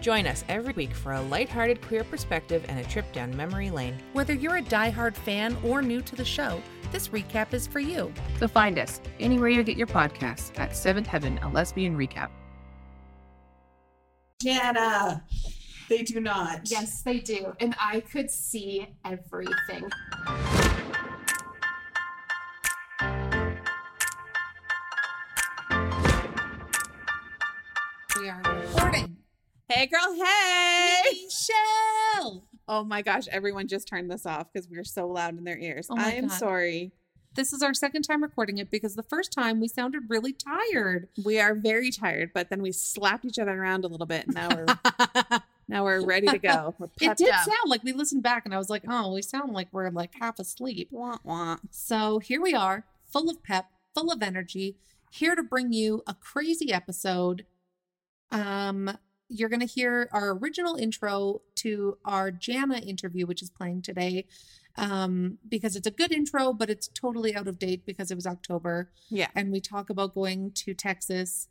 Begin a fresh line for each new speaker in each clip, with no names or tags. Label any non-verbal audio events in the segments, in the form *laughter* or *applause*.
Join us every week for a lighthearted queer perspective and a trip down memory lane.
Whether you're a diehard fan or new to the show, this recap is for you.
So find us anywhere you get your podcasts at Seventh Heaven, a lesbian recap.
Jana. They do not.
Yes, they do. And I could see everything.
We are recording.
Hey, girl. Hey.
Michelle!
Oh my gosh. Everyone just turned this off because we were so loud in their ears.
Oh my
I am
God.
sorry.
This is our second time recording it because the first time we sounded really tired.
We are very tired, but then we slapped each other around a little bit. And now we're, now we're ready to go. *laughs* We're
It
pepped
did
up.
sound like we listened back and I was like, oh, we sound like we're like half asleep.
Wah, wah.
So here we are, full of pep, full of energy, here to bring you a crazy episode. Um, you're going to hear our original intro to our Jana interview, which is playing today, um, because it's a good intro, but it's totally out of date because it was October.
Yeah.
And we talk about going to Texas.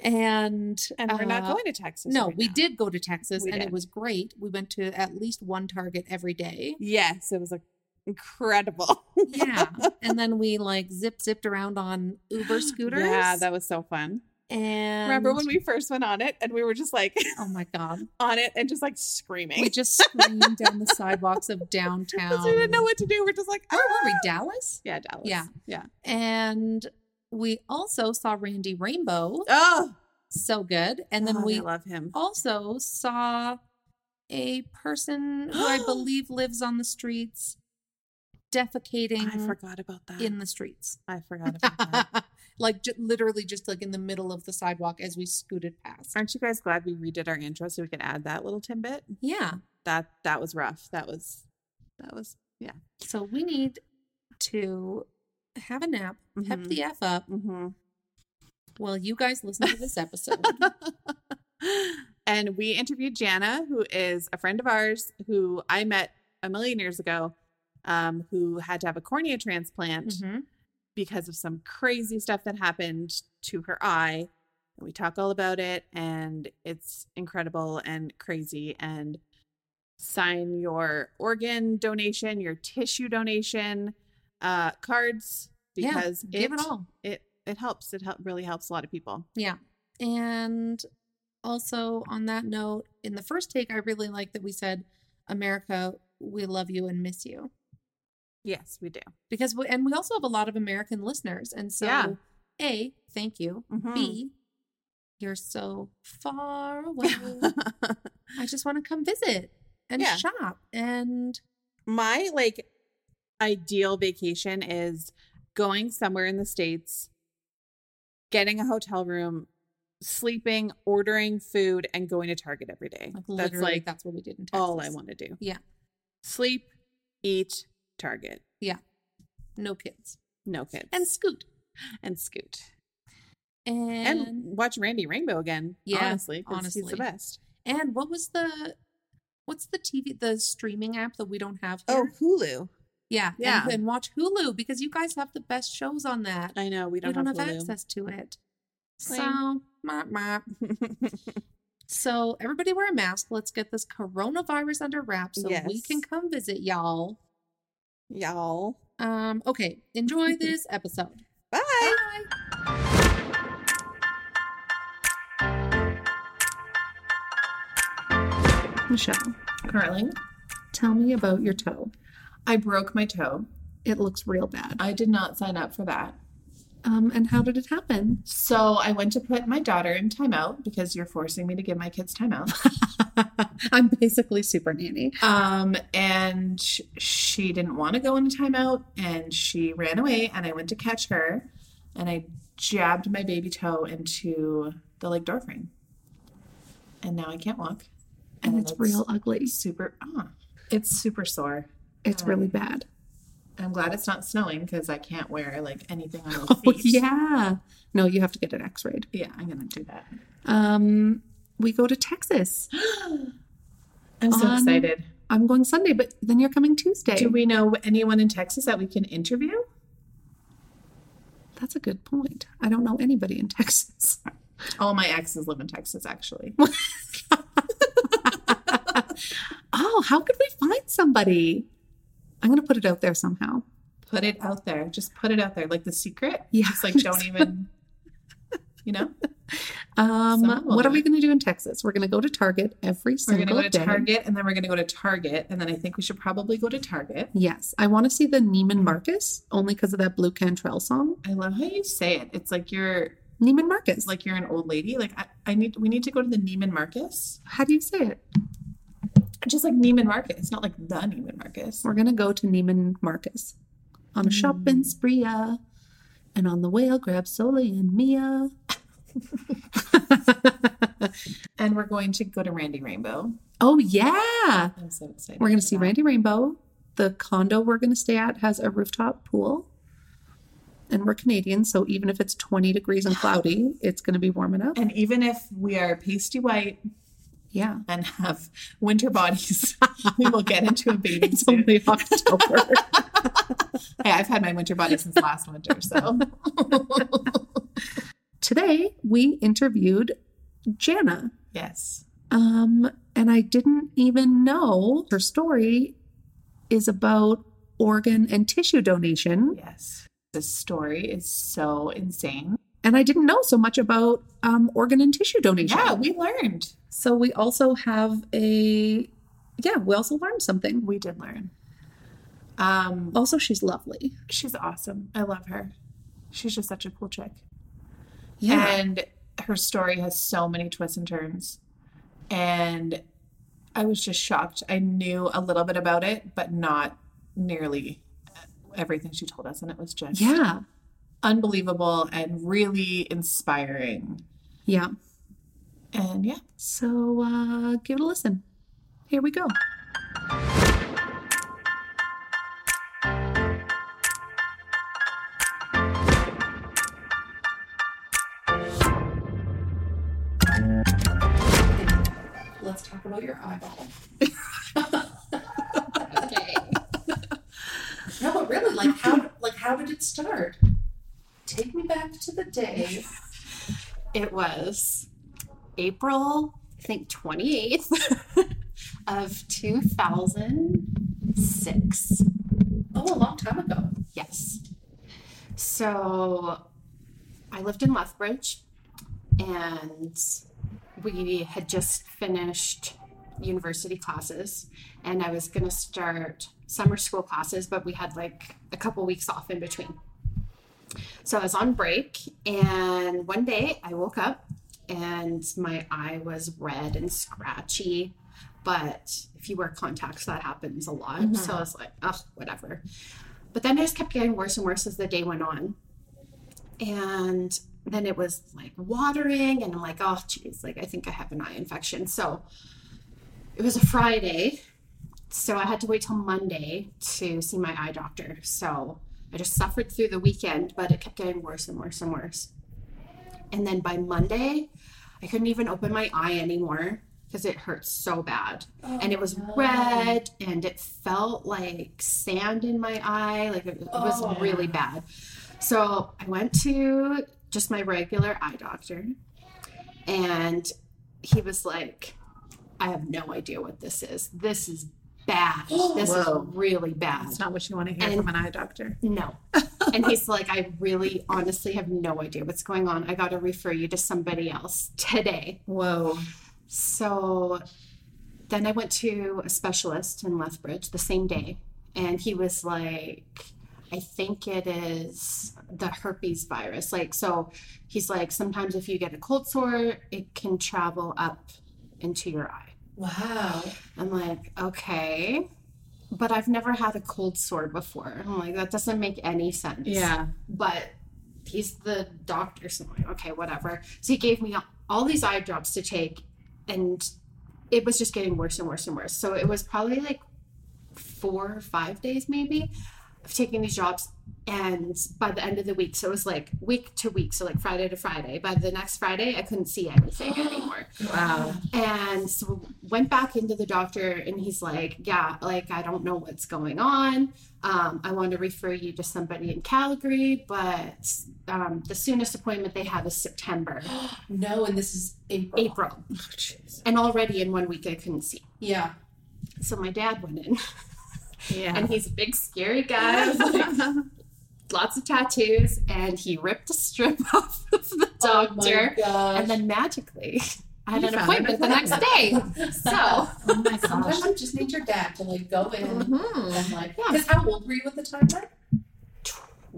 And
And we're
uh,
not going to Texas.
No,
right
we
now.
did go to Texas
We
and
did.
it was great. We went to at least one Target every day.
Yes. It was like, incredible. *laughs*
yeah and then we like zip zipped around on uber scooters
Yeah, that was so fun.
and
Remember when we first went on it and we were just like
*laughs*
*laughs*
oh my god
on it and just like
we
screaming
just screamed down the sidewalks
*laughs*
of downtown
because *laughs* we didn't know what to do. We're just like,
where um, were we
*laughs* "Ah."
dallas
Yeah, Dallas.
Yeah.
Yeah.
and we also saw randy rainbow
Oh,
so good and then
God, I
we
love him.
also saw a person
*gasps*
who i believe lives on the streets defecating
I forgot about that.
in the streets
I forgot about
*laughs*
that.
like j- literally just like in the middle of the sidewalk as we scooted past
Aren't you guys glad we redid our intro so we could add that little tidbit?
yeah
That that was rough. That was that was yeah.
So we need to have a nap, pep
Mhm.
the F up
hmm
while you guys listen to this episode.
*laughs* and we interviewed Jana, who is a friend of ours who I met a million years ago, um, who had to have a cornea transplant
Mhm.
because of some crazy stuff that happened to her eye. And we talk all about it, and it's incredible and crazy. And sign your organ donation, your tissue donation uh, cards
Yeah,
because
Give it all.
It it helps. It help, really helps a lot of people.
And also, on that note, in the first take, I really like that we said, America, we love you and miss you.
Yes, we do.
Because, we, and we also have a lot of American listeners. And so,
Yeah. Hmm.
A, thank you.
Mm-hmm.
B, you're so
*laughs*
far away. I just want to come visit and
Yeah.
shop and
*laughs* my like ideal vacation is going somewhere in the states getting a hotel room sleeping ordering food and going to target every day
like literally,
that's like
that's what we did in Texas.
all i want to do
Yeah.
sleep eat target
No kids.
no kids
and Scoot.
and scoot and,
And and,
watch randy rainbow again
Yeah,
honestly 'cause he's
honestly.
the best
what was the what's the TV the streaming app that we don't have here?
Oh, hulu
yeah, and-
yeah.
And, watch Hulu because you guys have the best shows on that.
i know we
we
don't,
don't,
have,
have,
hulu.
access to it. So,
Lame.
mop, mop.
*laughs*
so everybody wear a mask. Let's get this coronavirus under wraps so we
Yes.
can come visit y'all.
y'all
Um, okay,
*laughs*
enjoy this episode.
bye
Michelle, Carling, tell me about your toe.
I broke my toe.
It looks real bad.
I did not sign up for that.
Um, and how did it happen?
So I went to put my daughter in timeout because you're forcing me to give my kids timeout.
*laughs*
*laughs*
I'm basically super nanny.
um, and sh- she didn't want to go into timeout and she ran away and I went to catch her and I jabbed my baby toe into the like door frame. And now I can't walk.
And it's real ugly.
Super ah. It's super sore.
It's really bad.
*laughs* Oh, I'm glad it's not snowing because I can't wear like anything on my feet.
yeah. No, you have to get an x rayed.
Yeah, I'm gonna do that.
Um, we go to Texas.
I'm so
On-
excited.
I'm going Sunday, but then you're coming Tuesday.
Um, Do we know anyone in Texas that we can interview?
That's a good point. I don't know anybody in *laughs* Texas.
All my exes live in Texas, actually.
Oh, how could we find somebody? I'm going to put it out there somehow.
Put it out there. Just put it out there, like the secret.
Yeah.
Just like don't even. You know,
*laughs* Um,
Someone will
what are
do
we
it.
going to do in Texas? We're going to go to Target every
we're
single
gonna go to
day.
Target, and then we're gonna go to Target, and then I think we should probably go to Target.
Yes, I want to see the Neiman Marcus only because of that Blue Cantrell song.
I love how you say it. It's like you're
Neiman Marcus.
it's like you're an old lady. Like I, I need we need to go to the Neiman Marcus.
how do you say it?
Just like Neiman Marcus, not like the Neiman
*laughs*
Marcus.
We're gonna go to Neiman Marcus on
Hmm.
a shopping spree, and on the way I'll grab Soli and Mia.
And we're going to go to Randy Rainbow.
oh yeah,
I'm so excited.
we're gonna
for
see
that.
Randy Rainbow. The condo we're gonna stay at has a rooftop pool, and we're Canadian, so even if it's 20 degrees and cloudy, it's gonna be warm enough.
And even if we are pasty white *laughs*
Yeah,
and have winter bodies, *laughs* we will get into a bathing
it's
suit.
only October. *laughs*
Hey, I've had my winter body since last winter, so *laughs*
Today we interviewed Jana.
yes.
Um, and I didn't even know her story is about organ and tissue donation.
Yes. This story is so insane.
And I didn't know so much about um, organ and tissue donation.
Yeah, we learned.
So we also have a, yeah, we also learned something.
We did learn. Um
Also, she's lovely.
she's awesome. I love her. She's just such a cool chick. And her story has so many twists and turns. And I was just shocked. I knew a little bit about it, but not nearly everything she told us. And it was just
yeah.
unbelievable and really inspiring.
Yeah.
And yeah,
So uh, give it a listen. Here we go.
Let's talk about your eyeball.
Okay.
No, but really, like how like how did it start? Take me back to the day.
It was April, I think 28th *laughs* of 2006.
Oh, a long time ago.
Yes. So I lived in Lethbridge and we had just finished university classes and I was going to start summer school classes, but we had like a couple weeks off in between. So I was on break and one day I woke up and my eye was red and scratchy. But if you wear contacts, that happens a lot. So I was like, oh, whatever. But then it just kept getting worse and worse as the day went on. And then it was like watering, and I'm like, oh, geez, like I think I have an eye infection. So it was a Friday. So I had to wait till Monday to see my eye doctor. So I just suffered through the weekend, but it kept getting worse and worse and worse. And then by Monday, I couldn't even open my eye anymore because it hurt so bad and it was red and it felt like sand in my eye like it, it was
Oh.
really bad so i went to just my regular eye doctor and he was like i have no idea what this is this is bad this
Whoa.
is really bad
that's not what you want to hear
And-
from an eye doctor.
no. And he's like, I really honestly have no idea what's going on. I got to refer you to somebody else today.
Whoa.
So then I went to a specialist in Lethbridge the same day. And he was like, I think it is the herpes virus. Like, so he's like, sometimes if you get a cold sore, it can travel up into your eye.
Wow.
I'm like, okay, but I've never had a cold sore before. I'm like, that doesn't make any sense.
Yeah.
But he's the doctor, so I'm like, okay, whatever. So he gave me all these eye drops to take, and it was just getting worse and worse and worse. So it was probably like four or five days, maybe, of taking these drops and by the end of the week, so it was like week to week, so like Friday to Friday. By the next Friday, I couldn't see anything anymore.
Wow.
And so went back into the doctor, and he's like, "Yeah, like I don't know what's going on. Um, I want to refer you to somebody in Calgary, but um, the soonest appointment they have is September,
*gasps* No, and this is April. Oh,
April, and already in one week I couldn't see.
Yeah.
So my dad went in,
Yeah.
and he's a big scary guy, with, like,
*laughs*
lots of tattoos, and he ripped a strip *laughs* off of the doctor,
Oh my gosh.
and then magically. *laughs* I had
You
an
found an
appointment the next day.
*laughs*
So,
oh my gosh. *laughs* Mm-hmm. Sometimes you just need your dad to like go in and like.
Yeah.
Because how old were you at the time? Right?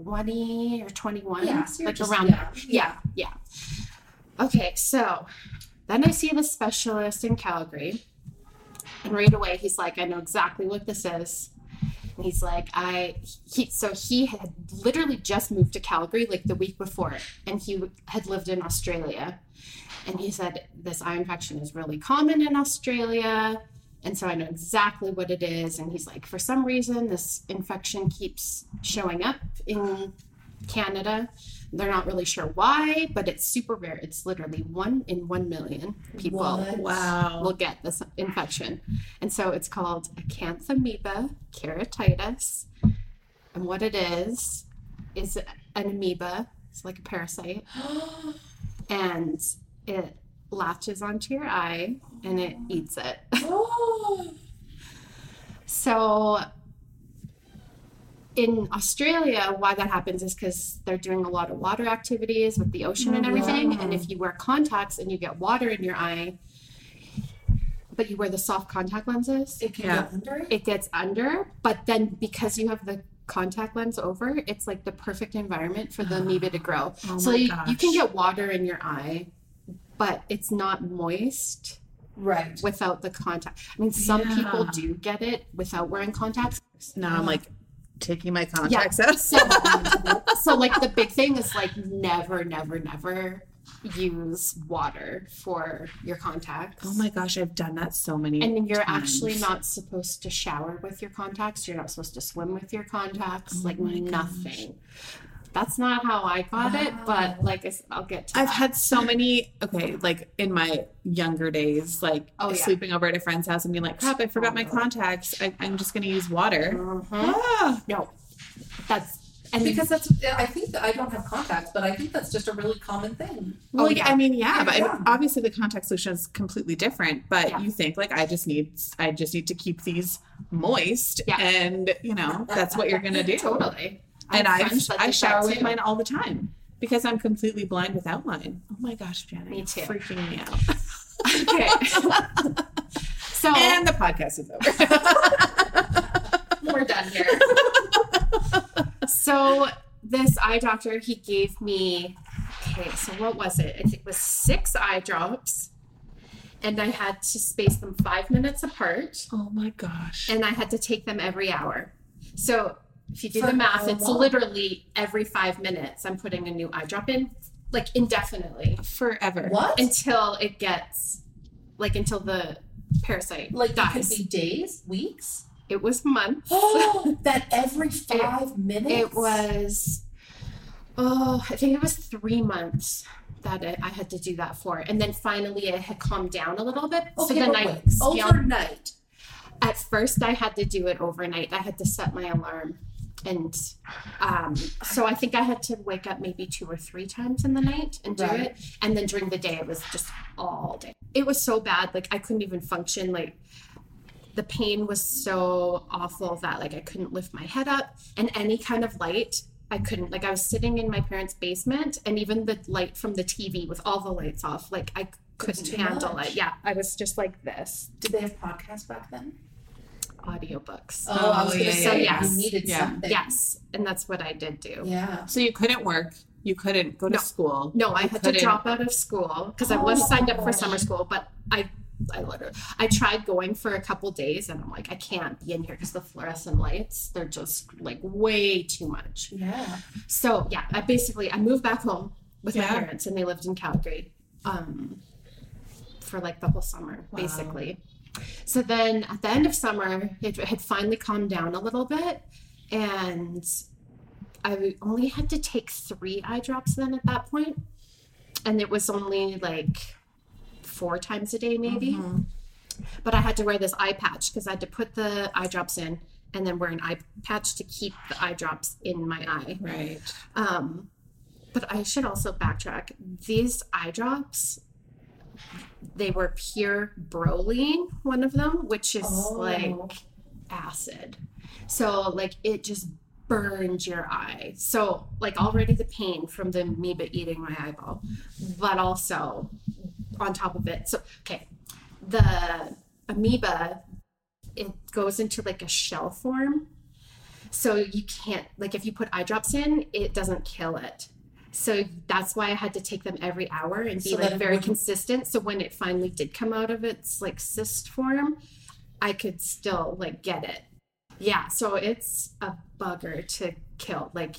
20 or 21,
so you're
like
just
around
young.
yeah, yeah. Okay, so then I see the specialist in Calgary, and right away he's like, I know exactly what this is. And he's like, I he so he had literally just moved to Calgary like the week before, and he had lived in Australia. And he said, This eye infection is really common in Australia. And so I know exactly what it is. And he's like, For some reason, this infection keeps showing up in Canada. They're not really sure why, but it's super rare. It's literally one in one million people
What?
Wow.
will get this infection. And so it's called acanthamoeba keratitis. And what it is, is an amoeba, it's like a parasite, and it latches onto your eye and it eats it.
oh.
*laughs* So in Australia, why that happens is because they're doing a lot of water activities with the ocean
Oh,
and everything. And if you wear contacts and you get water in your eye, but you wear the soft contact lenses,
It can
Yeah.
get under it.
it gets under. But then because you have the contact lens over, it's like the perfect environment for the
*gasps*
amoeba to grow.
Oh
so
my
you, you can
gosh.
get water in your eye, but it's not moist
Right.
without the contact. I mean, some
Yeah.
people do get it without wearing contacts.
Now I'm like taking my contacts out. *laughs*
So, so like the big thing is like never, never, never use water for your contacts.
Oh my gosh, I've done that so many
And you're
times.
actually not supposed to shower with your contacts. You're not supposed to swim with your contacts.
Oh
like nothing. That's not how I got it, but like I s- I'll get to
I've
that.
had so many, okay, like in my younger days, like
Oh, yeah. Oh.
sleeping over at a friend's house and being like, crap, I forgot my contacts. I, I'm just going to use water.
Mhm.
Ah.
No, that's and
Because that's, I think that I don't have contacts, but I think that's just a really common thing.
Well,
Oh,
like,
yeah.
I mean, yeah,
Yeah,
but I-
yeah.
obviously the contact solution is completely different. But
Yeah.
you think like I just need, I just need to keep these moist,
Yeah.
and you know that's what you're gonna
*laughs*
do.
totally. I
And
have
I,
friends that
I
did
shower
that
with
too.
mine all the time because I'm completely blind without mine. Oh my gosh, Janet,
Me
you're
too.
freaking me out. *laughs*
Okay. so
And the podcast is over.
*laughs* we're done here. so this eye doctor, he gave me okay, so what was it? I think it was six eye drops. And I had to space them five minutes apart.
oh my gosh.
And I had to take them every hour. So if you do
For
the math,
how
it's
long?
literally every five minutes I'm putting a new eye drop in, like indefinitely.
Forever.
What?
Until it gets like until the parasite
like that could
dies.
be days, weeks.
it was months.
Oh, *gasps* that every five minutes.
It was, oh, I think it was three months that I, I had to do that for. And then finally it had calmed down a little bit. so
Okay,
then
but
I,
wait,
yeah,
overnight.
at first I had to do it overnight. I had to set my alarm. And um, so I think I had to wake up maybe two or three times in the night and do
Right.
it. And then during the day, it was just all day. It was so bad. Like I couldn't even function. Like the pain was so awful that like I couldn't lift my head up and any kind of light. I couldn't like I was sitting in my parents' basement and even the light from the TV with all the lights off, like I couldn't
too
handle
much.
it. Yeah, I was just like this.
Did they have podcasts back then?
Audiobooks.
Oh, I was
yeah,
going to
yeah,
say
yeah.
you needed
Yeah.
something.
Yes, and that's what I did do.
Yeah.
So you couldn't work. You couldn't go to
No.
school.
No, I had to
couldn't-
drop out of school because I
Oh.
was signed up for summer school, but I, I literally, I tried going for a couple days, and I'm like, I can't be in here because the fluorescent lights, they're just like way too much.
Yeah.
So yeah, I basically I moved back home with my
Yeah.
parents, and they lived in Calgary, um, for like the whole summer,
Wow.
basically. So then at the end of summer, it had finally calmed down a little bit, and I only had to take three eye drops then at that point, and it was only like four times a day maybe. But I had to wear this eye patch because I had to put the eye drops in and then wear an eye patch to keep the eye drops in my eye.
Right.
Um, but I should also backtrack. These eye drops, they were pure broline, one of them, which is like acid. So like it just burned your eye. So like already the pain from the amoeba eating my eyeball, but also on top of it. So okay, the amoeba it goes into like a shell form so you can't like if you put eye drops in, it doesn't kill it. So that's why I had to take them every hour and be
So that
like
it
very
wouldn't-
consistent. So when it finally did come out of its like cyst form, I could still like get it. Yeah, so it's a bugger to kill, like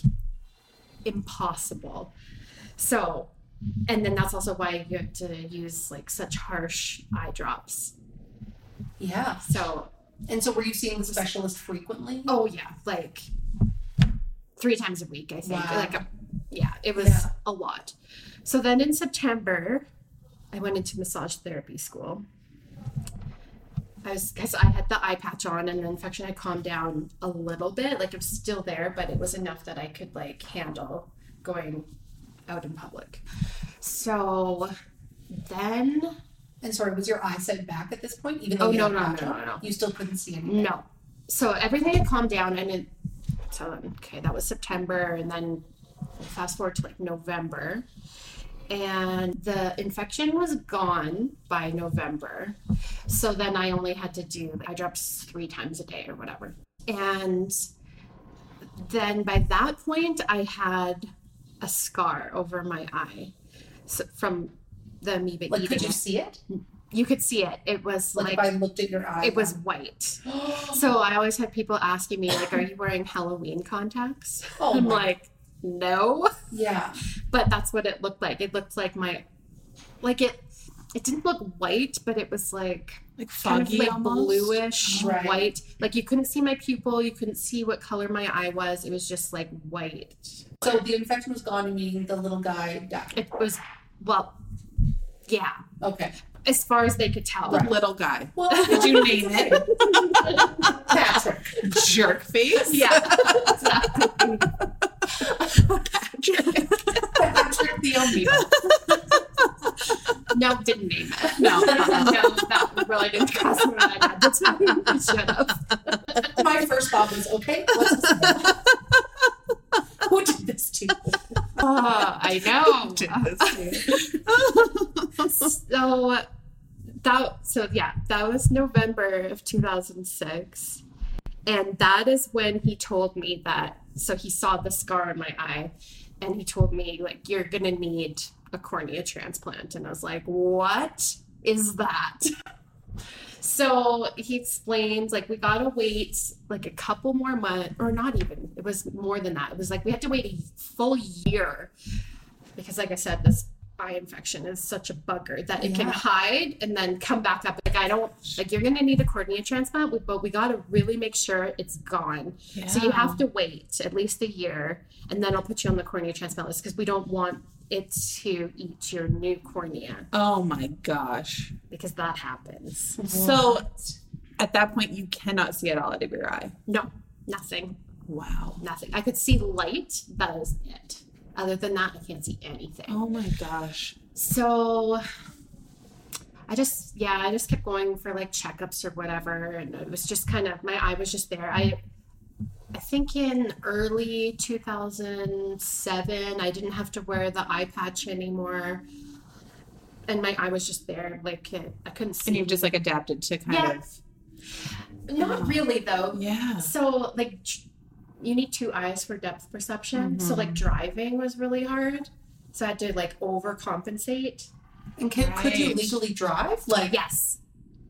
impossible. So and then that's also why you have to use like such harsh eye drops.
Yeah.
So
And so were you seeing the specialist frequently?
Oh yeah, like three times a week, I think.
Wow.
Like a, yeah, it was
Yeah.
a lot. So then in September, I went into massage therapy school. I was because I had the eye patch on and the infection had calmed down a little bit. Like it was still there, but it was enough that I could like handle going out in public. So then
And sorry, was your eyesight back at this point? Even though
Oh
you
no
had
no
a
no
patch
no
on?
no no.
You still couldn't see anything.
No. So everything had calmed down and it so okay, that was September and then fast forward to like November. And the infection was gone by November. So then I only had to do eye drops three times a day or whatever. And then by that point I had a scar over my eye so from the amoeba
Like,
eating.
could you see it?
you could see it. It was
Like,
like,
if I looked at your eye,
it was
*gasps*
white. So I always had people asking me, like, are you wearing Halloween contacts?
Oh
I'm
my-
like, no.
yeah.
But that's what it looked like. It looked like my like it it didn't look white, but it was like
Like
kind
foggy
of like
almost.
bluish
Right.
white. Like you couldn't see my pupil, you couldn't see what color my eye was. It was just like white.
So the infection was gone, meaning the little guy died.
It was well yeah.
Okay.
As far as they could tell.
Right.
Little guy.
Well,
Did you name it?
*laughs*
Patrick.
Jerk face.
Yeah. *laughs*
Patrick the amoeba.
no, didn't name it.
No.
no,
uh-uh.
that really didn't cross my mind at the time. Shut up.
My first thought was, okay, what's this about? Who did this to? you?
Oh, I
Did
know.
this to you.
so that so yeah, that was November of 2006. And that is when he told me that so he saw the scar on my eye and he told me like you're going to need a cornea transplant and I was like, "What is that?" *laughs* So he explained, like, we gotta wait like a couple more months, or not even, it was more than that. It was like we had to wait a full year because, like I said, this eye infection is such a bugger that it can hide and then come back up. Like, I don't, like, you're gonna need a cornea transplant, but we gotta really make sure it's gone. So you have to wait at least a year, and then I'll put you on the cornea transplant list because we don't want it to eat your new cornea
Oh my gosh.
because that happens.
So at that point, you cannot see it all out of your eye.
No, nothing.
Wow.
nothing. I could see light. That was it. Other than that, I can't see anything.
Oh my gosh.
So I just, yeah, I just kept going for like checkups or whatever. And it was just kind of, my eye was just there. I, I think in early 2007, I didn't have to wear the eye patch anymore. And my eye was just there. Like it, I couldn't see.
And you've just like adapted to kind
Yeah.
of.
Not really though.
Yeah.
So like tr- you need two eyes for depth perception. So
Mm-hmm.
like driving was really hard. So I had to like overcompensate.
And can, could you
Right.
legally drive? Like,
Yes.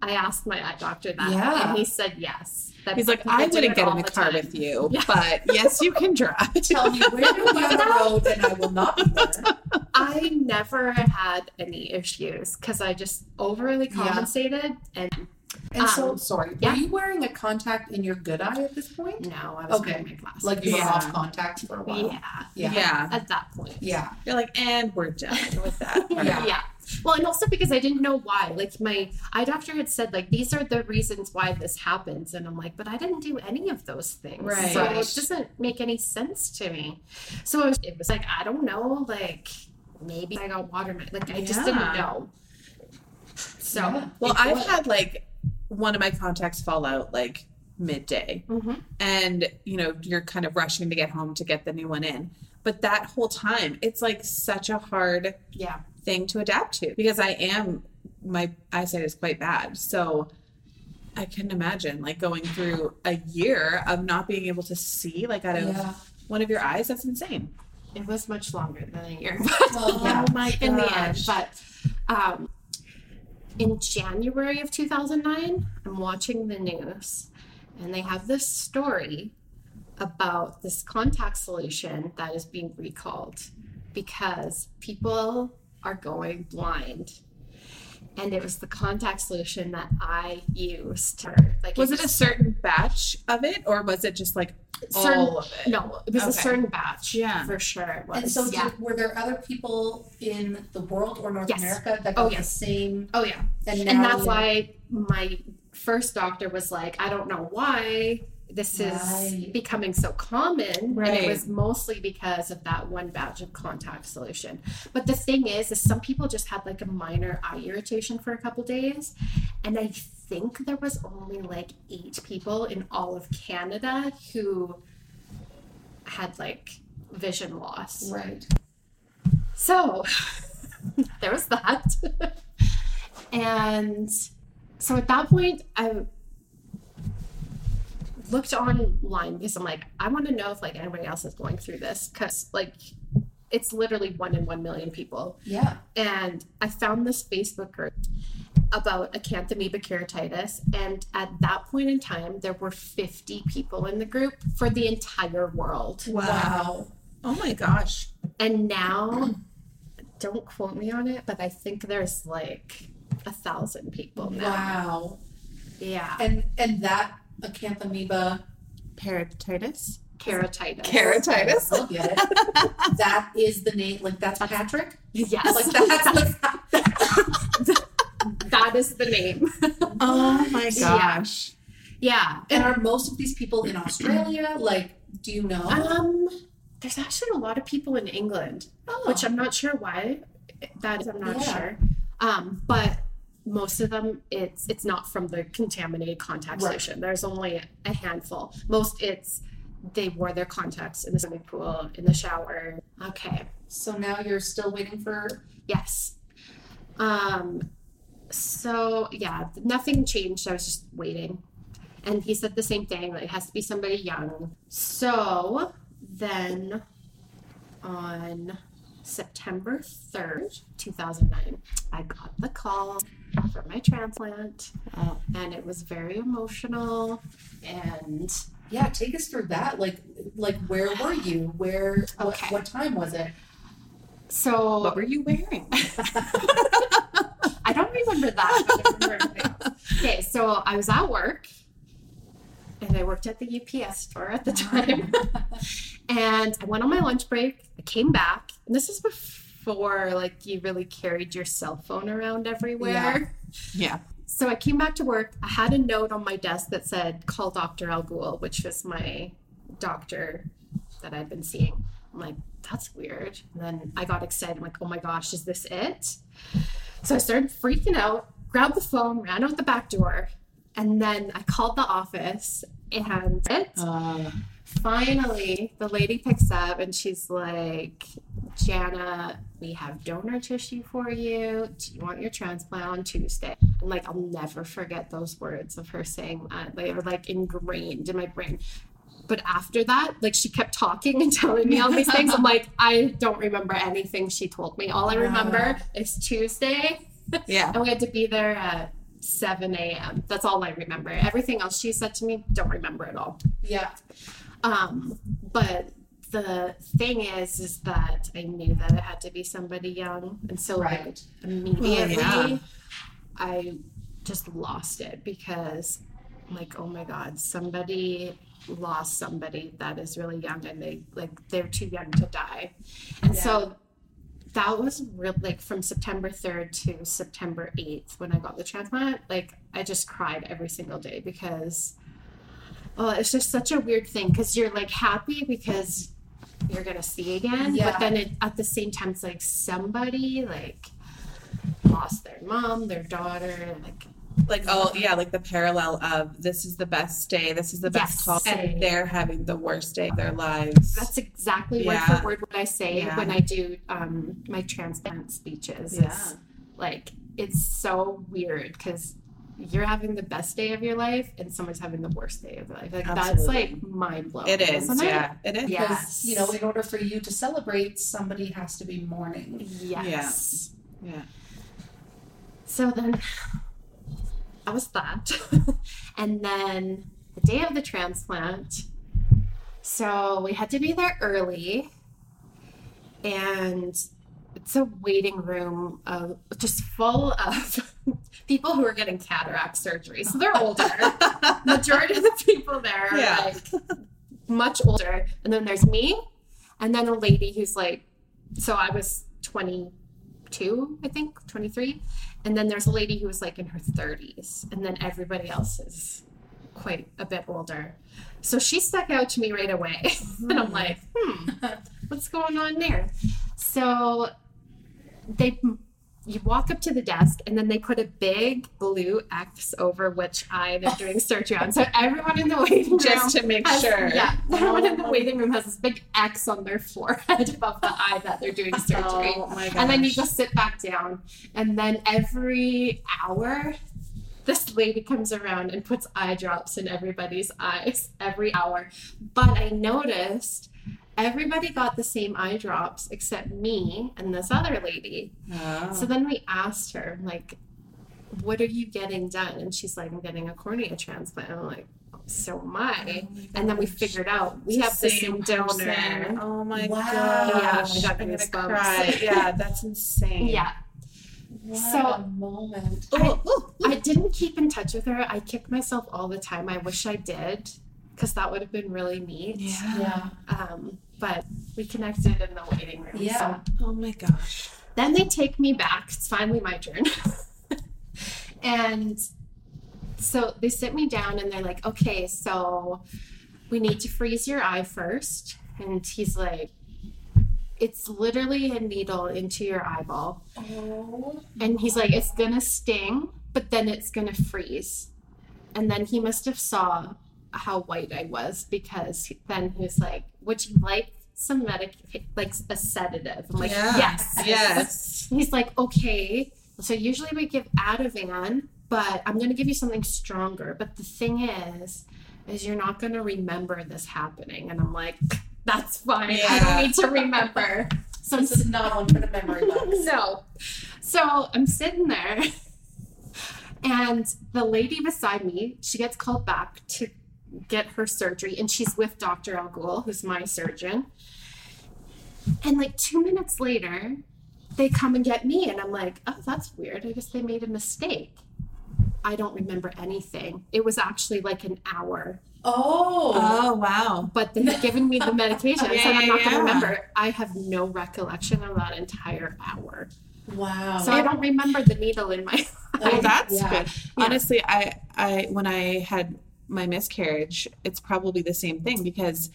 I asked my eye doctor that.
Yeah.
And he said yes. That
He's like,
people
I
do
wouldn't
it
get
all
in the car
time."
with you,
*laughs* Yeah.
but yes, you can drive.
tell me where *laughs* to be on the road and I will not be *laughs* there.
I never had any issues because I just overly
Yeah.
compensated and
And so,
Um,
sorry,
yeah.
were you wearing a contact in your good eye at this point?
No, I was
Okay.
wearing my glasses.
Like you were
Yeah.
off contact for a while.
yeah,
Yeah.
at that point.
Yeah.
You're like, and we're done
*laughs*
with that.
Yeah.
Yeah. Well, and also because I didn't know why. Like my eye doctor had said, like these are the reasons why this happens, and I'm like, but I didn't do any of those things,
Right.
so
Right.
it doesn't make any sense to me. So it was, it was like I don't know, like maybe I got water, like I just didn't
Yeah.
know. So
Yeah.
Well,
It
I've
was.
had like one of my contacts fall out like midday,
Mhm.
and you know you're kind of rushing to get home to get the new one in. But that whole time, it's like such a hard
yeah,
thing to adapt to because I am my eyesight is quite bad, so I can imagine like going through a year of not being able to see like out of
Yeah.
one of your eyes. That's insane.
it was much longer than a year. *laughs*
Well, yeah.
Oh my gosh. In the end, but um, in January of 2009, I'm watching the news and they have this story about this contact solution that is being recalled because people are going blind. And it was the contact solution that I used. Like
Was it a certain batch of it, or was it just like
certain?
all of it?
No, it was a
Okay.
certain batch.
Yeah.
for sure. It was.
And so, did-
yeah.
were there other people in the world or North
Yes.
America that
Oh,
got
yes.
the same?
Oh yeah.
And,
and
now
that's why my first doctor was like, I don't know why this is
Right.
becoming so common. And
Right.
it was mostly because of that one batch of contact solution. But the thing is, is some people just had like a minor eye irritation for a couple days. And I think there was only like eight people in all of Canada who had like vision loss.
Right.
So there was that. *laughs* and so at that point, I looked online because I'm like, I want to know if like anybody else is going through this because like it's literally one in one million people.
Yeah.
And I found this Facebook group about acanthamoeba keratitis. And at that point in time, there were 50 people in the group for the entire world.
Wow.
Oh my gosh!
And now, don't quote me on it, but I think there's like a thousand people now.
Wow.
Yeah.
And and that acanthamoeba.
Parotitis.
Keratitis.
Keratitis.
*laughs*
I'll get it. that is the name. Like that's Patrick.
yes.
Like that's
*laughs*
like,
that is the name.
Oh my
Yeah.
gosh.
Yeah.
And are most of these people in Australia? Like, do you know?
Um, there's actually a lot of people in England,
Oh.
which I'm not sure why that is. I'm not
Yeah.
sure. Um, but most of them, it's it's not from the contaminated contact
Right.
solution. There's only a handful. Most it's they wore their contacts in the swimming pool, in the shower. Okay.
so now you're still waiting for
Yes. Um, so yeah, nothing changed. I was just waiting. And he said the same thing, like it has to be somebody young. So then on September 3rd, 2009, I got the call for my transplant. And it was very emotional. And
Yeah, take us through that. Like, like where were you? Where?
Okay.
What, what time was it?
so
What were you wearing?
*laughs* I don't remember that. But I remember everything else. Okay, so I was at work, and I worked at the UPS store at the
Uh-huh.
time. and I went on my lunch break. I came back, and this is before like you really carried your cell phone around everywhere.
Yeah.
So I came back to work. I had a note on my desk that said, "Call Dr. Al Ghul," which was my doctor that I'd been seeing. I'm like, "That's weird." And then I got excited. I'm like, "Oh my gosh, is this it?" So I started freaking out, grabbed the phone, ran out the back door, and then I called the office and finally the lady picks up and she's like, Jana, we have donor tissue for you. Do you want your transplant on Tuesday? And like I'll never forget those words of her saying that. They were like ingrained in my brain. But after that, like she kept talking and *laughs* telling me all these things. I'm like, I don't remember anything she told me. All I remember is Tuesday
Yeah.
and we had to be there at 7 a.m. That's all I remember. Everything else she said to me, don't remember at all.
Yeah.
Um, but the thing is, is that I knew that it had to be somebody young, and so like,
Right.
immediately,
Well, yeah.
I just lost it because like oh my god somebody lost somebody that is really young and they like they're too young to die and so that was real like from september 3rd to september 8th when i got the transplant like i just cried every single day because oh it's just such a weird thing because you're like happy because you're gonna see again
Yeah.
but then it, at the same time it's like somebody like lost their mom their daughter like
like oh yeah like the parallel of this is the best day this is the best
Yes.
call and
Same.
they're having the worst day of their lives
That's exactly word
Yeah.
for word what I say
Yeah.
when I do um, my transplant speeches. It's like it's so weird because you're having the best day of your life and someone's having the worst day of their life. Like that's
Absolutely.
like mind blowing.
it is
Isn't it?
yeah it is
Yes.
You know, in order for you to celebrate, somebody has to be mourning.
Yes.
Yeah.
So then that was that. *laughs* and then the day of the transplant. So we had to be there early. And it's a waiting room of just full of *laughs* people who are getting cataract surgery. So they're older. Majority of the people there are
Yeah.
like much older. And then there's me, and then a lady who's like, so I was 22, I think, 23. And then there's a lady who was like in her 30s. And then everybody else is quite a bit older. So she stuck out to me right away. *laughs* and I'm like, hmm, what's going on there? So they. You walk up to the desk and then they put a big blue X over which eye they're doing surgery on. So everyone in the waiting room
just to make
has-
sure
Yeah, everyone in the waiting room has this big X on their forehead *laughs* above the eye that they're doing surgery.
oh my god
and then you just sit back down. And then every hour, this lady comes around and puts eye drops in everybody's eyes every hour. But I noticed everybody got the same eye drops except me and this other lady.
Oh.
So then we asked her, like, what are you getting done? And she's like, I'm getting a cornea transplant. And I'm like, so am I. and then we figured out we have the same donor.
oh my
Wow.
gosh
Yeah, I got
i'm gonna
goosebumps.
cry yeah that's
*laughs*
insane
Yeah.
What
So-
a moment.
oh, oh,
I didn't keep in touch with her. I kick myself all the time. I wish I did because that would have been really neat.
yeah
Yeah.
Um, but we connected in the waiting room. so-
Yeah.
oh my gosh
Then they take me back. It's finally my turn. *laughs* and so they sit me down and they're like, okay, so we need to freeze your eye first. And he's like, it's literally a needle into your eyeball.
Oh.
And he's like, it's gonna sting, but then it's gonna freeze. And then he must have saw how white I was because he- then he was like, would you like some medic, like a sedative? I'm like,
Yeah.
yes.
yes
And he's like, okay. So usually we give Ativan, but I'm gonna give you something stronger. But the thing is, is you're not gonna remember this happening. And I'm like, *laughs* that's fine. I
Yeah.
don't need to
*laughs*
remember. So
This is not one for the
*laughs*
memory box.
no. So I'm sitting there, *laughs* and the lady beside me, she gets called back to get her surgery, and she's with Dr. Al Ghul, who's my surgeon. And like two minutes later, they come and get me, and I'm like, oh, that's weird. I guess they made a mistake. I don't remember anything. It was actually like an hour,
Oh.
wow
but they've given me the
*laughs*
medication,
Yeah,
so I'm not
yeah, yeah.
gonna remember. I have no recollection of that entire hour.
wow.
Oh.
So I don't remember the needle in my *laughs*
Well, that's
*laughs* yeah.
good. Honestly, I, I when I had my miscarriage, it's probably the same thing because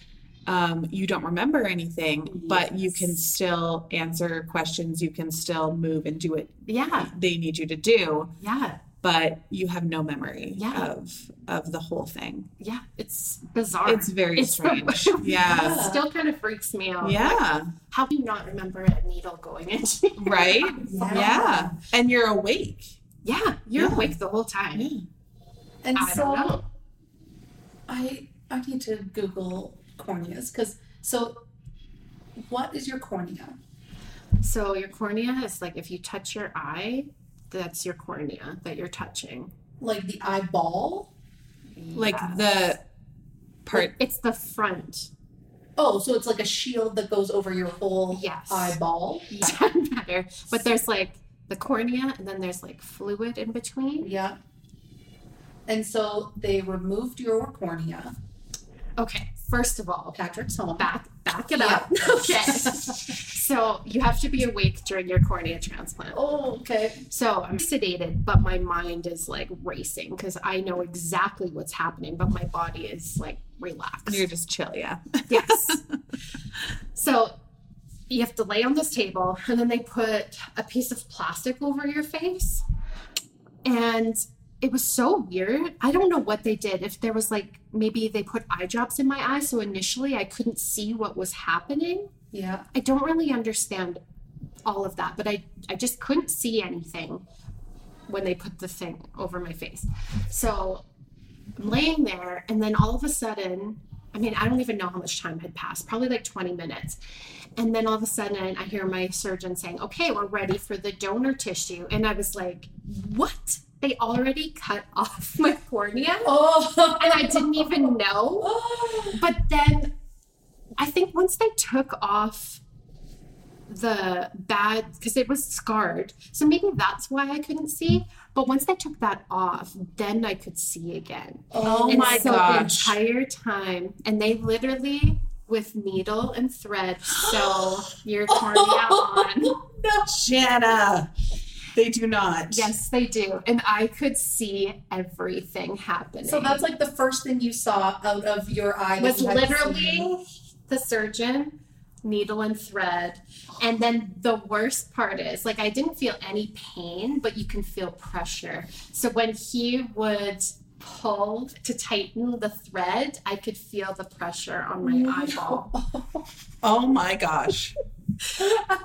um, you don't remember anything, but you can still answer questions. You can still move and do what
yeah,
they need you to do,
yeah,
but you have no memory
Yeah.
of of the whole thing.
yeah. It's bizarre.
It's very
It's so-
strange. yeah.
*laughs* It still kind of freaks me out.
Yeah.
How do you not remember a needle going into? *laughs*
Right?
Yeah.
Yeah. And you're awake.
Yeah, you're
Yeah.
awake the whole time.
Yeah.
and
I
so
don't know.
I I need to Google corneas because so what is your cornea?
So your cornea is like if you touch your eye, that's your cornea that you're touching.
Like the eyeball?
Like
Yeah.
the part
It's the front.
Oh, so it's like a shield that goes over your whole
Yes. *laughs*
eyeball.
Doesn't matter. But there's like the cornea, and then there's like fluid in between.
Yeah. And so they removed your cornea.
Okay, first of all,
Patrick's home.
back back it up. Okay. *laughs* so you have to be awake during your cornea transplant.
Oh, okay.
So I'm sedated, but my mind is like racing because I know exactly what's happening, but my body is like relaxed.
You're just chill, yeah.
Yes. *laughs* so you have to lay on this table, and then they put a piece of plastic over your face. And it was so weird. I don't know what they did. If there was like maybe they put eye drops in my eyes, so initially I couldn't see what was happening.
Yeah.
I don't really understand all of that, but I, I just couldn't see anything when they put the thing over my face. So I'm laying there, and then all of a sudden, I mean, I don't even know how much time had passed, probably like 20 minutes. And then all of a sudden, I hear my surgeon saying, Okay, we're ready for the donor tissue. And I was like, What? They already cut *laughs* off my cornea?
*laughs* Oh.
And I didn't even know. But then I think once they took off the bad because it was scarred, so maybe that's why I couldn't see. But once they took that off, then I could see again.
Oh
and
my
so
gosh.
The entire time, and they literally with needle and
*gasps*
thread sew your cornea on.
Jana, they do not.
Yes, they do, and I could see everything happening.
So that's like the first thing you saw out of your eye. that
was
you hadn't seen.
literally the surgeon needle and thread and then the worst part is like i didn't feel any pain but you can feel pressure so when he would pull to tighten the thread i could feel the pressure on my eyeball
Oh my gosh.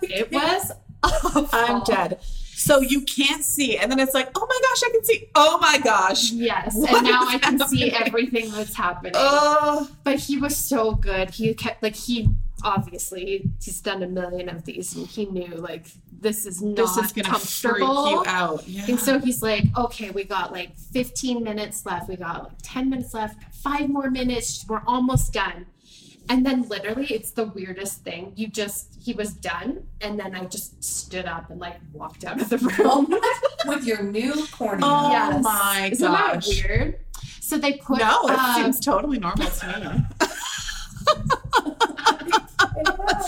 it was awful.
I'm dead. So you can't see. And then it's like, oh my gosh, I can see. Oh my gosh.
yes
What
and now
is
i can see
happening?
everything that's happening
Oh,
but he was so good. He kept like he obviously he's done a million of these, and he knew like this is not
this is gonna freak
comfortable.
you out. Yeah.
And so he's like, okay, we got like 15 minutes left. We got like 10 minutes left. Five more minutes. We're almost done. And then literally, it's the weirdest thing. You just he was done, and then I just stood up and like walked out of the *laughs* room.
with your new cornea.
oh
yes.
my
Isn't
gosh.
that weird? So they put
No, it
um,
seems totally normal to me.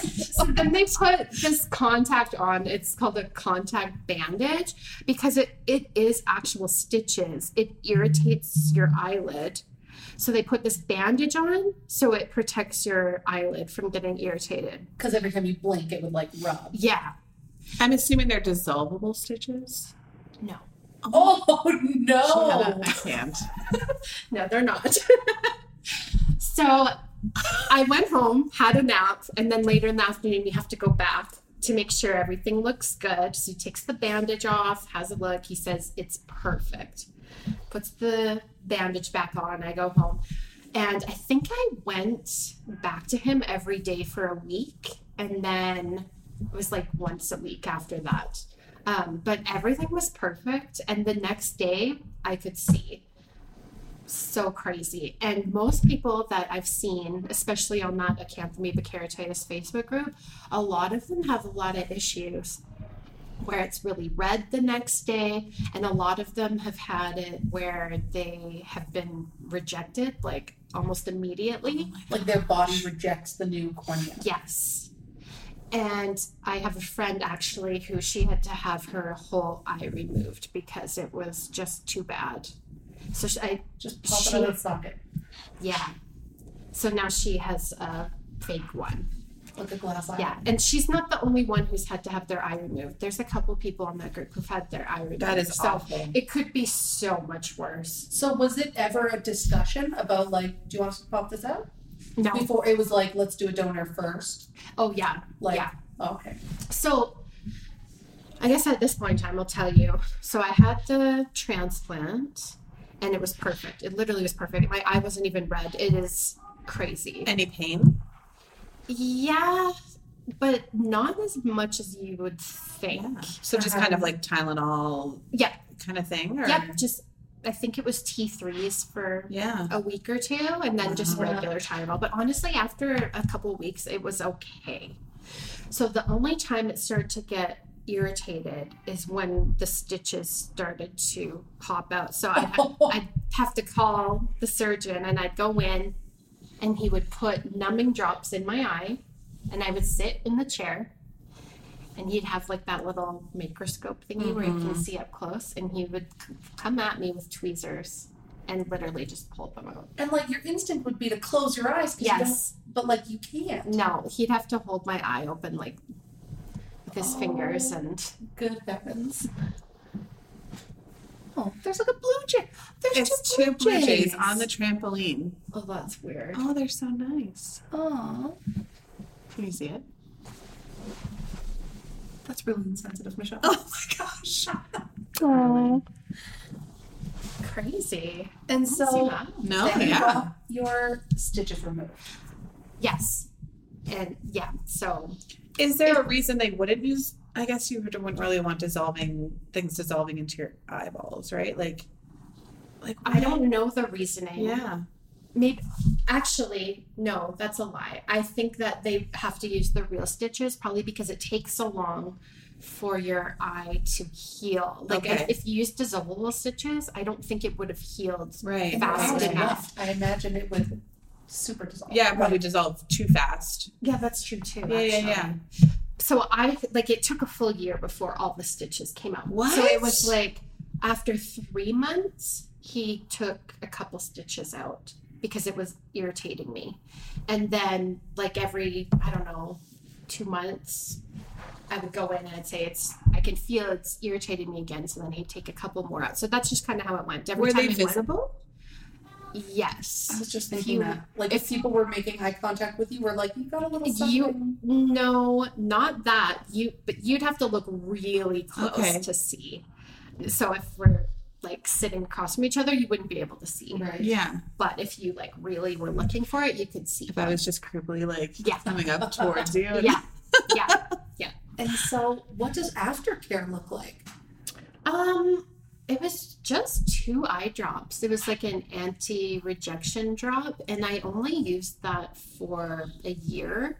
So then they put this contact on. It's called a contact bandage because it, it is actual stitches. It irritates your eyelid. So they put this bandage on so it protects your eyelid from getting irritated.
Because every time you blink, it would like rub.
Yeah.
I'm assuming they're dissolvable stitches.
No.
Oh
Yeah,
no!
I can't.
No, they're not. *laughs* so I went home, had a nap, and then later in the afternoon, you have to go back to make sure everything looks good. So he takes the bandage off, has a look. He says, It's perfect. Puts the bandage back on. I go home. And I think I went back to him every day for a week. And then it was like once a week after that. Um, but everything was perfect. And the next day, I could see so crazy. And most people that I've seen, especially on that acanthamoeba keratitis Facebook group, a lot of them have a lot of issues where it's really red the next day. And a lot of them have had it where they have been rejected like almost immediately.
Like their body rejects the new cornea.
Yes. And I have a friend actually who she had to have her whole eye removed because it was just too bad. So she, I
Just pop it out of the
She-
socket,
Yeah. So now she has a fake one.
like a glass eye.
Yeah. And she's not the only one who's had to have their eye removed. There's a couple people on that group who've had their eye removed.
That is
so
awful.
it could be so much worse.
So was it ever a discussion about like, do you want us to pop this out?
No.
Before it was like, let's do a donor first.
Oh yeah.
Like,
Yeah.
okay.
So I guess at this point in time I'll tell you. So I had the transplant and it was perfect. It literally was perfect. My eye wasn't even red. It is crazy.
Any pain?
Yeah, but not as much as you would think.
So just kind of like Tylenol
Yeah.
kind of thing? Or?
Yep, just I think it was T3s for
Yeah.
a week or two and then just
Wow.
regular Tylenol. But honestly, after a couple of weeks, it was okay. So the only time it started to get irritated is when the stitches started to pop out. So I'd, ha- I'd have to call the surgeon and I'd go in and he would put numbing drops in my eye and I would sit in the chair and he'd have like that little microscope thingy where you can see up close and he would c- come at me with tweezers and literally just pull them out.
And like your instinct would be to close your eyes. 'cause you
Yes.
don't- but like you can't.
No, he'd have to hold my eye open like with his fingers
Oh.
and
Good heavens. Oh, there's like a blue jay. There's
It's two blue jays on the trampoline.
Oh, that's weird.
Oh, they're so nice.
Oh,
Can you see it?
that's really insensitive, Michelle.
Oh my gosh.
crazy.
And
I don't see
so
that.
No,
then you
yeah.
got your stitches removed.
Yes. And yeah, so
Is there a reason they wouldn't use? I guess you would- wouldn't really want dissolving things dissolving into your eyeballs, right? Like, like
I don't know the reasoning.
Yeah.
Maybe actually, no, that's a lie. I think that they have to use the real stitches probably because it takes so long for your eye to heal. Like
Okay.
if, if you used dissolvable stitches, I don't think it would have healed.
Right.
And they're
Fast
hard
enough.
I imagine it would super dissolve.
Yeah, it probably dissolved too fast.
Yeah, that's true too.
Yeah, yeah,
actually.
yeah.
So I like it took a full year before all the stitches came out. So it was
What?
like after three months, he took a couple stitches out because it was irritating me. And then like every I don't know two months, I would go in and I'd say it's I can feel it's irritating me again. So then he'd take a couple more out. So that's just kind of how it went. Every
Were
time
they
he went-
visible?
I
yes.
was just
If
thinking
you-
that, like, if people were making eye contact with you, we're like, you got a little something.
You no, not that you, but you'd have to look really close
Okay.
to see. So if we're like sitting across from each other, you wouldn't be able to see.
right?
Yeah.
But if you like really were looking for it, you could see.
If I was just creepily like
Yeah.
coming up towards you.
Yeah, yeah.
And so, what does aftercare look like?
Um, it was just two eye drops. It was like an anti-rejection drop, and I only used that for a year,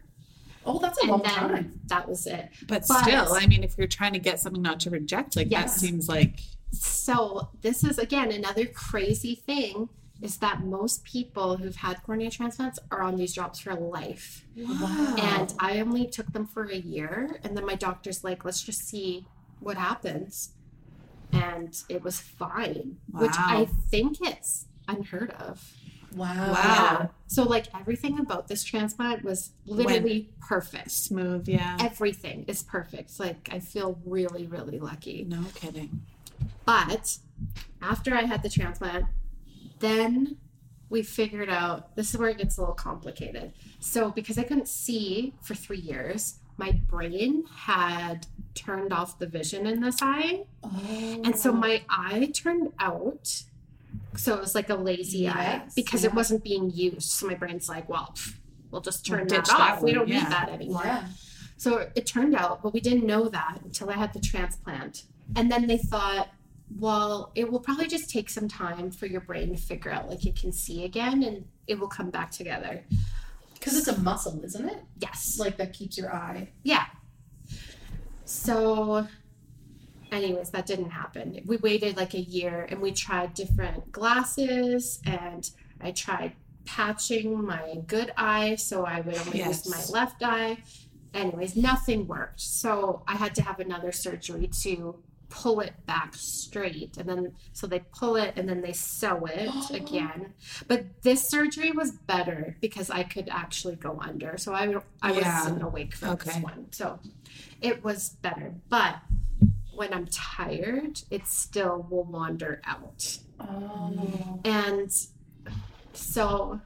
Oh, that's a
and
long
then
time.
that was it.
But,
But-
still, I mean, if you're trying to get something not to reject, like
Yes.
that seems like
So this is again another crazy thing is that most people who've had cornea transplants are on these drops for life.
Wow.
And I only took them for a year and then my doctor's like, let's just see what happens. And it was fine. Which I
Wow.
think it's unheard of.
Oh,
Wow.
Wow.
So like everything about this transplant was literally perfect.
smooth. Yeah.
Everything is perfect. Like I feel really, really lucky.
No kidding.
But after I had the transplant, then we figured out this is where it gets a little complicated. So, because I couldn't see for three years, my brain had turned off the vision in this eye.
Oh.
And so my eye turned out. So it was like a lazy eye
Yes,
because it
yeah.
wasn't being used. So my brain's like, well, pff, we'll just turn
We'll
that
ditch that
off. we
one,
don't
yeah.
need that anymore.
Oh. yeah.
So it turned out, but we didn't know that until I had the transplant. And then they thought, well, it will probably just take some time for your brain to figure out like it can see again and it will come back together.
Because it's a muscle, isn't it?
Yes.
Like that keeps your eye.
Yeah. So, anyways, that didn't happen. We waited like a year and we tried different glasses and I tried patching my good eye so I would only
Yes.
use my left eye. Anyways, nothing worked. So, I had to have another surgery to pull it back straight and then so they pull it and then they
*gasps*
sew it again but this surgery was better because i could actually go under so i, I
Yeah.
wasn't awake for this
Okay.
one so it was better but when i'm tired it still will wander out
Oh.
and so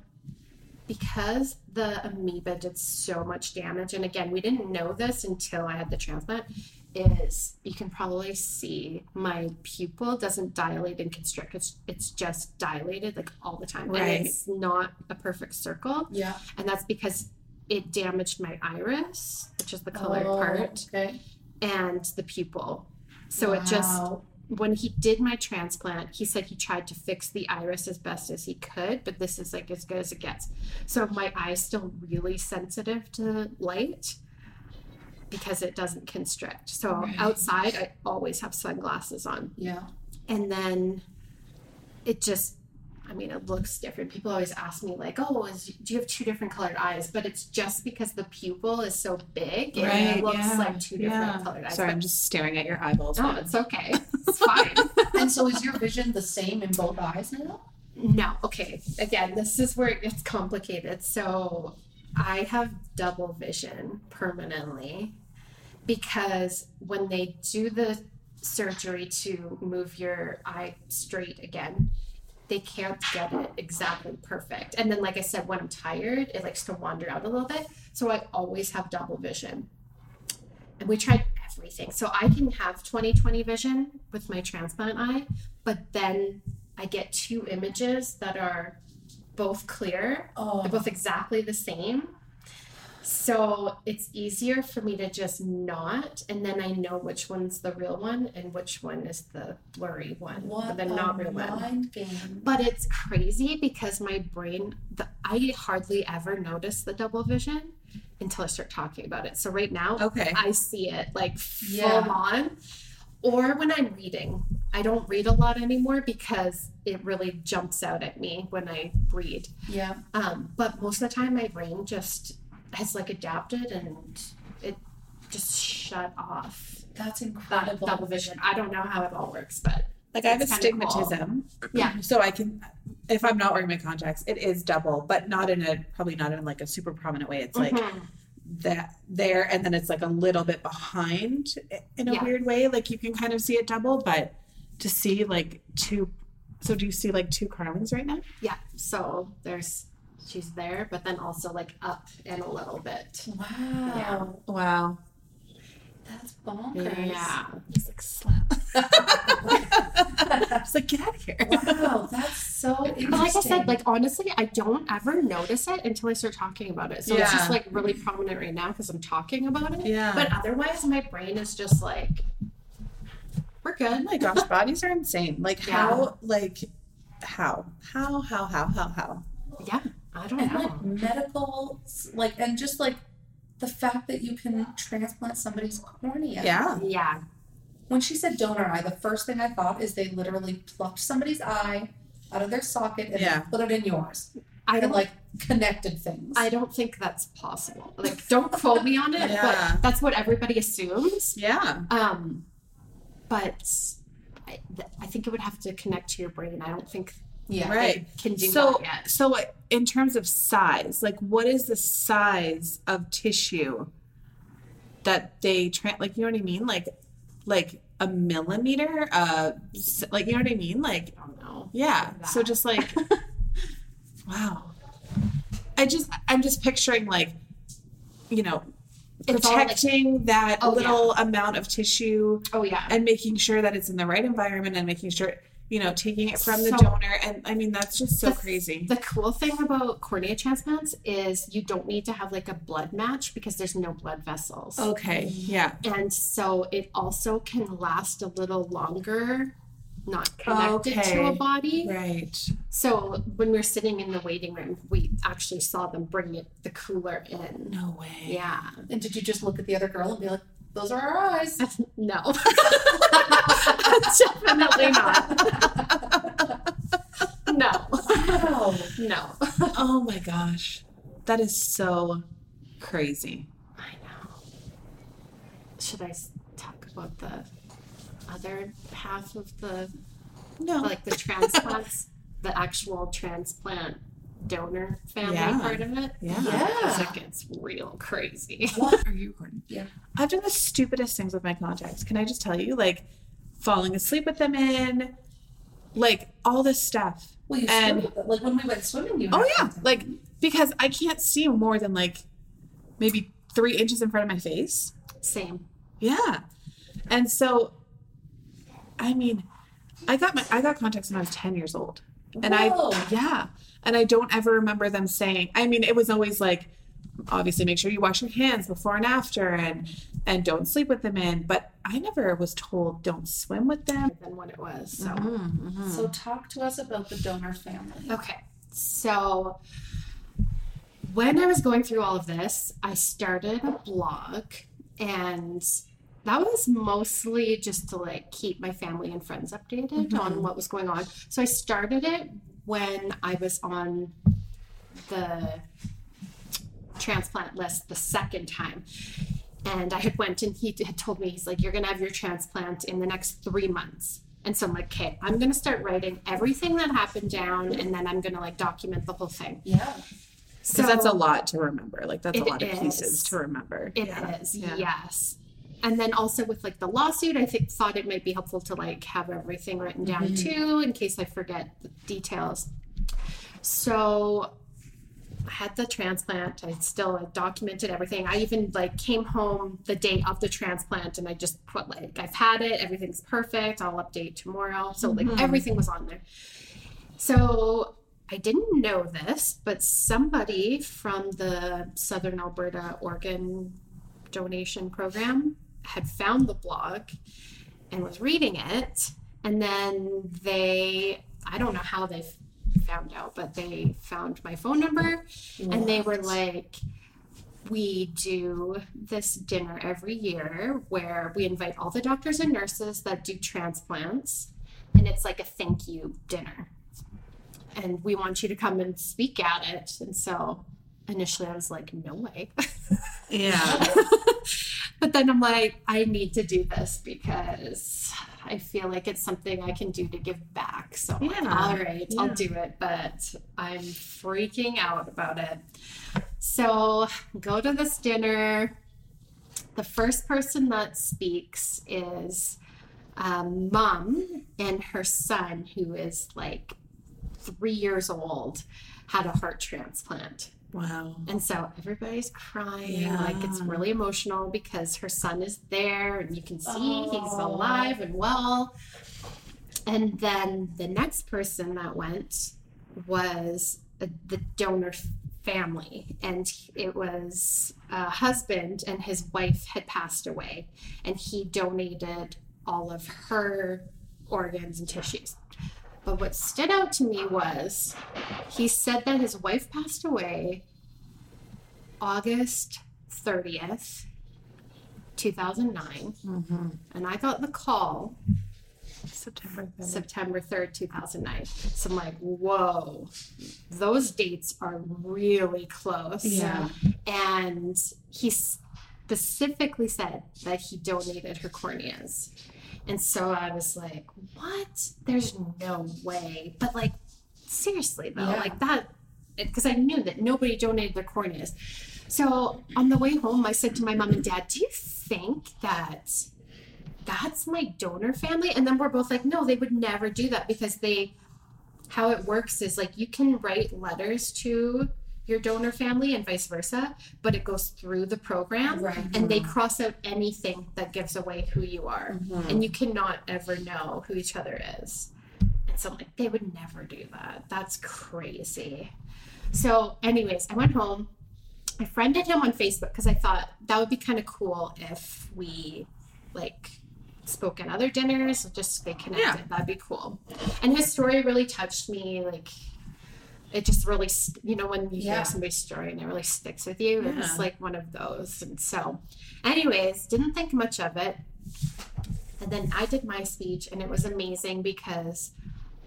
because the amoeba did so much damage and again we didn't know this until i had the transplant is you can probably see my pupil doesn't dilate and constrict it's, it's just dilated like all the time
Right.
and it's not a perfect circle
Yeah.
and that's because it damaged my iris which is the colored
Oh,
part
Okay.
and the pupil so it just
Wow.
when he did my transplant, he said he tried to fix the iris as best as he could, but this is like as good as it gets. So my eye's still really sensitive to light. because it doesn't constrict. So outside, I always have sunglasses on.
Yeah.
And then it just, I mean, it looks different. People always ask me, like, oh, is, do you have two different colored eyes? But it's just because the pupil is so big and
Right,
it looks
yeah,
like two different
yeah.
colored eyes.
Sorry,
But
I'm just staring at your eyeballs.
no,
now.
Oh, it's okay. It's fine.
And so is your vision the same in both eyes now?
No, okay. Again, this is where it gets complicated. So I have double vision permanently because when they do the surgery to move your eye straight again, they can't get it exactly perfect. And then, like I said, when I'm tired, it likes to wander out a little bit. So I always have double vision. And we tried everything. So I can have 20 20 vision with my transplant eye, but then I get two images that are both clear.
Oh.
They're both exactly the same. So it's easier for me to just not, and then I know which one's the real one and which one is the blurry one, or
What
the
a
not real one.
mind game.
But it's crazy because my brain, the, I hardly ever notice the double vision until I start talking about it. So right now,
Okay.
I see it like full
Yeah.
on. Or when I'm reading, I don't read a lot anymore because it really jumps out at me when I read.
Yeah.
Um, but most of the time, my brain just has like adapted and it just shut off
That's
that
incredible.
double vision. I don't know how it all works, but
Like I have
It's kinda cool.
astigmatism.
Yeah.
So I can if I'm not wearing my contacts, it is double, but not in a probably not in like a super prominent way. It's like
Mhm.
that there and then it's like a little bit behind i- in a
Yeah.
weird way. Like you can kind of see it double, but to see like two so do you see like two carlings right now?
yeah. So there's she's there, but then also like up and a little bit.
Wow.
Wow.
That's bonkers.
Yeah.
It's like slap. It's like get out of here.
Wow. That's so interesting.
But like I said, like honestly, I don't ever notice it until I start talking about it. So it's just
Yeah.
like really prominent right now because I'm talking about it.
Yeah.
But otherwise, my brain is just like, we're
Oh
good.
my gosh, bodies are insane. Like
Yeah.
how like how? How how how how how?
Yeah, I don't
and
know.
like medical, like, and just like the fact that you can transplant somebody's cornea.
Yeah.
Yeah,
When she said donor eye, the first thing I thought is they literally plucked somebody's eye out of their socket and
Yeah.
put it in yours.
I
And
don't.
like connected things.
I don't think that's possible. Like, don't quote me on it,
Yeah.
but that's what everybody assumes.
Yeah.
Um, but I, th- I think it would have to connect to your brain. I don't think
yeah.
Right.
it can do
So-
that yet.
So, uh, in terms of size, like what is the size of tissue that they tra- like? You know what I mean? Like, like a millimeter? Uh, s- like you know what I mean? Like,
I don't know.
yeah.
Like
So
that.
just *laughs* like, wow. I just I'm just picturing like, you know,
It's all, like-
protecting that
Oh, yeah.
little amount of tissue
Oh yeah.
and making sure that it's in the right environment and making sure you know taking it from the
So-
donor and i mean that's just so
The-
crazy
The cool thing about cornea transplants is you don't need to have like a blood match because there's no blood vessels.
Okay, yeah.
And so it also can last a little longer, not connected to a
Okay.
body.
Right.
So when we were sitting in the waiting room, we actually saw them bring it, the cooler in.
No way.
Yeah.
And did you just look at the other girl and be like, those are our eyes?
*laughs*
No. Definitely not. no.
Wow.
No.
Oh my gosh. That is so crazy.
I know. Should I s- talk about the other half of the
No.
like the transplants, the actual transplant donor family
Yeah.
part of it?
yeah.
Because
Yeah.
it gets real crazy.
What are you recording?
Yeah.
I've done the stupidest things with my contacts. Can I just tell you? Like falling asleep with them in, like all this stuff.
Well, you
And-
swim with it. Like when we went swimming, you
Oh
had
yeah.
something.
Like because I can't see more than like maybe three inches in front of my face.
Same.
Yeah. And so I mean, I got my I got contacts when I was 10 years old. And
Whoa.
I yeah, and I don't ever remember them saying. I mean, it was always like obviously make sure you wash your hands before and after and and don't sleep with them in, but I never was told don't swim with them.
than what it was. So
Mm-hmm.
So talk to us about the donor family.
Okay. So when I was going through all of this, I started a blog and that was mostly just to like keep my family and friends updated on what was going on. So I started it when I was on the transplant list the second time. And I had went and he had told me he's like you're going to have your transplant in the next 3 months. And so I'm like, okay, I'm going to start writing everything that happened down and then I'm going to like document the whole thing.
Yeah.
So
Because that's a lot to remember. Like that's a
It
lot of pieces
is.
to remember.
It is
Yeah.
yes. And then also with like the lawsuit, I think thought it might be helpful to like have everything written down
Mm-hmm.
too in case I forget the details. So I had the transplant. I still like documented everything. I even like came home the day of the transplant and I just put like I've had it, everything's perfect, I'll update tomorrow. So like
Mm-hmm.
everything was on there. So I didn't know this, but somebody from the Southern Alberta organ donation program had found the blog and was reading it. And then they, I don't know how they f- found out, but they found my phone number and they were like, we do this dinner every year where we invite all the doctors and nurses that do transplants, and it's like a thank you dinner. And we want you to come and speak at it. And so initially I was like, no way.
Yeah.
*laughs* but then I'm like, I need to do this because I feel like it's something I can do to give back. So I'm like,
Yeah.
all right, I'll do it. But I'm freaking out about it. So go to this dinner. The first person that speaks is um, mom and her son, who is like three years old, had a heart transplant.
Wow.
And so everybody's crying. Like it's really emotional because her son is there and you can see he's alive and well. And then the next person that went was uh, the donor f- family. And it was a husband and his wife had passed away. And he donated all of her organs and tissues. But what stood out to me was he said that his wife passed away August 30th, 2009. And I got the call
September
September 3rd, 2009. So I'm like, whoa, those dates are really close.
Yeah.
And he specifically said that he donated her corneas. And so I was like, what? There's no way. But like, seriously though,
Yeah.
like that, because I knew that nobody donated their corneas. So on the way home, I said to my mom and dad, do you think that that's my donor family? And then we're both like, no, they would never do that because they, how it works is like you can write letters to your donor family and vice versa, but it goes through the program
Right.
and they cross out anything that gives away who you are. And you cannot ever know who each other is. And so I'm like, they would never do that. That's crazy. So, anyways, I went home. I friended him on Facebook because I thought that would be kind of cool if we like spoke at other dinners, just stay connected. That'd be cool. And his story really touched me. Like, it just really, st- you know, when you
Yeah.
hear somebody's story and it really sticks with you, it's like one of those. And so, anyways, didn't think much of it. And then I did my speech, and it was amazing because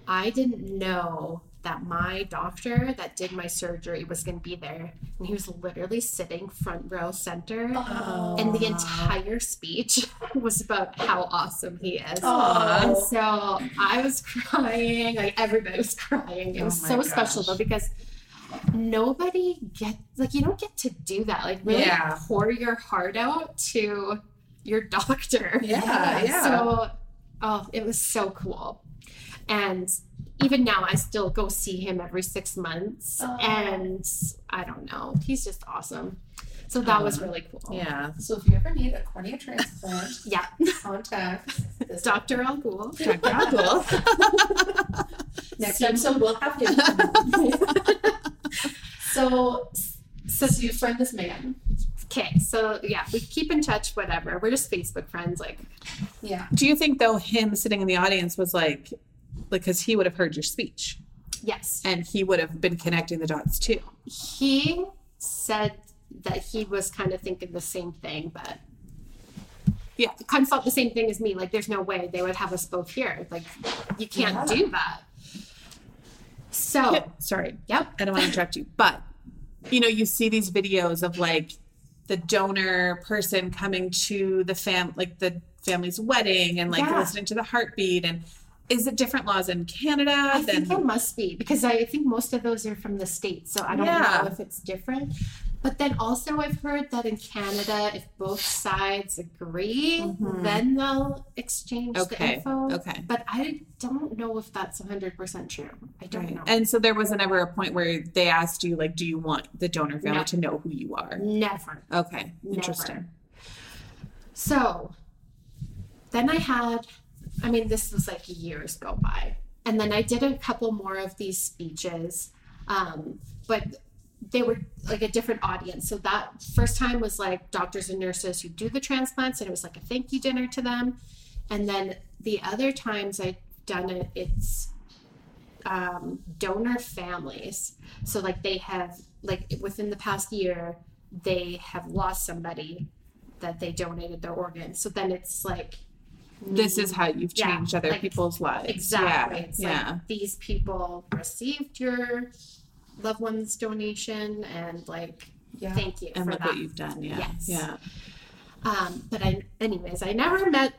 I didn't know that my doctor that did my surgery was going to be there. And he was literally sitting front row center.
Oh.
And the entire speech *laughs* was about how awesome he is. And so I was crying, like everybody was crying.
Oh
It was so special though because nobody gets like you don't get to do that. Like really
Yeah.
pour your heart out to your *laughs* doctor.
Yeah, yeah.
So oh, it was so cool. And even now I still go see him every six months.
Oh.
And I don't know. He's just awesome. So that was really cool.
Yeah.
So if you ever need a cornea transplant,
Yeah.
contact this
Dr. Al Ghul.
next time. So we'll have *laughs* him. so, so you friend this man.
Okay, so yeah, we keep in touch, whatever. We're just Facebook friends. Like,
Yeah.
Do you think though him sitting in the audience was like because he would have heard your speech
yes.
and he would have been connecting the dots too.
He said that he was kind of thinking the same thing, but yeah, consult the same thing as me. Like, there's no way they would have us both here. Like, you can't do that. So,
Yeah, sorry.
yep.
I don't want to interrupt you, but you know, you see these videos of like the donor person coming to the fam, like the family's wedding, and like
Yeah.
listening to the heartbeat. And is it different laws in Canada
I
than
think it must be because I think most of those are from the states, so I don't
Yeah.
know if it's different. But then also, I've heard that in Canada, if both sides agree,
Mhm.
then they'll exchange the
Okay,
info.
okay,
But I don't know if that's 100% true. I don't
right?
know.
And so there wasn't ever a point where they asked you like, do you want the donor family
No.
to know who you are?
Never.
Okay,
Never.
interesting.
So then I had, I mean, this was like years go by. And then I did a couple more of these speeches, um, but they were like a different audience. So that first time was like doctors and nurses who do the transplants, and it was like a thank you dinner to them. And then the other times I've done it, it's um, donor families. So like they have, like within the past year, they have lost somebody that they donated their organs. So then it's like
This is how you've
Yeah,
changed other
like-
people's lives.
exactly
Yeah.
it's
yeah.
like these people received your loved one's donation and like
Yeah.
thank you
and
for
look
that.
what you've done. Yeah.
Yes.
Yeah.
Um, but I, anyways, I never met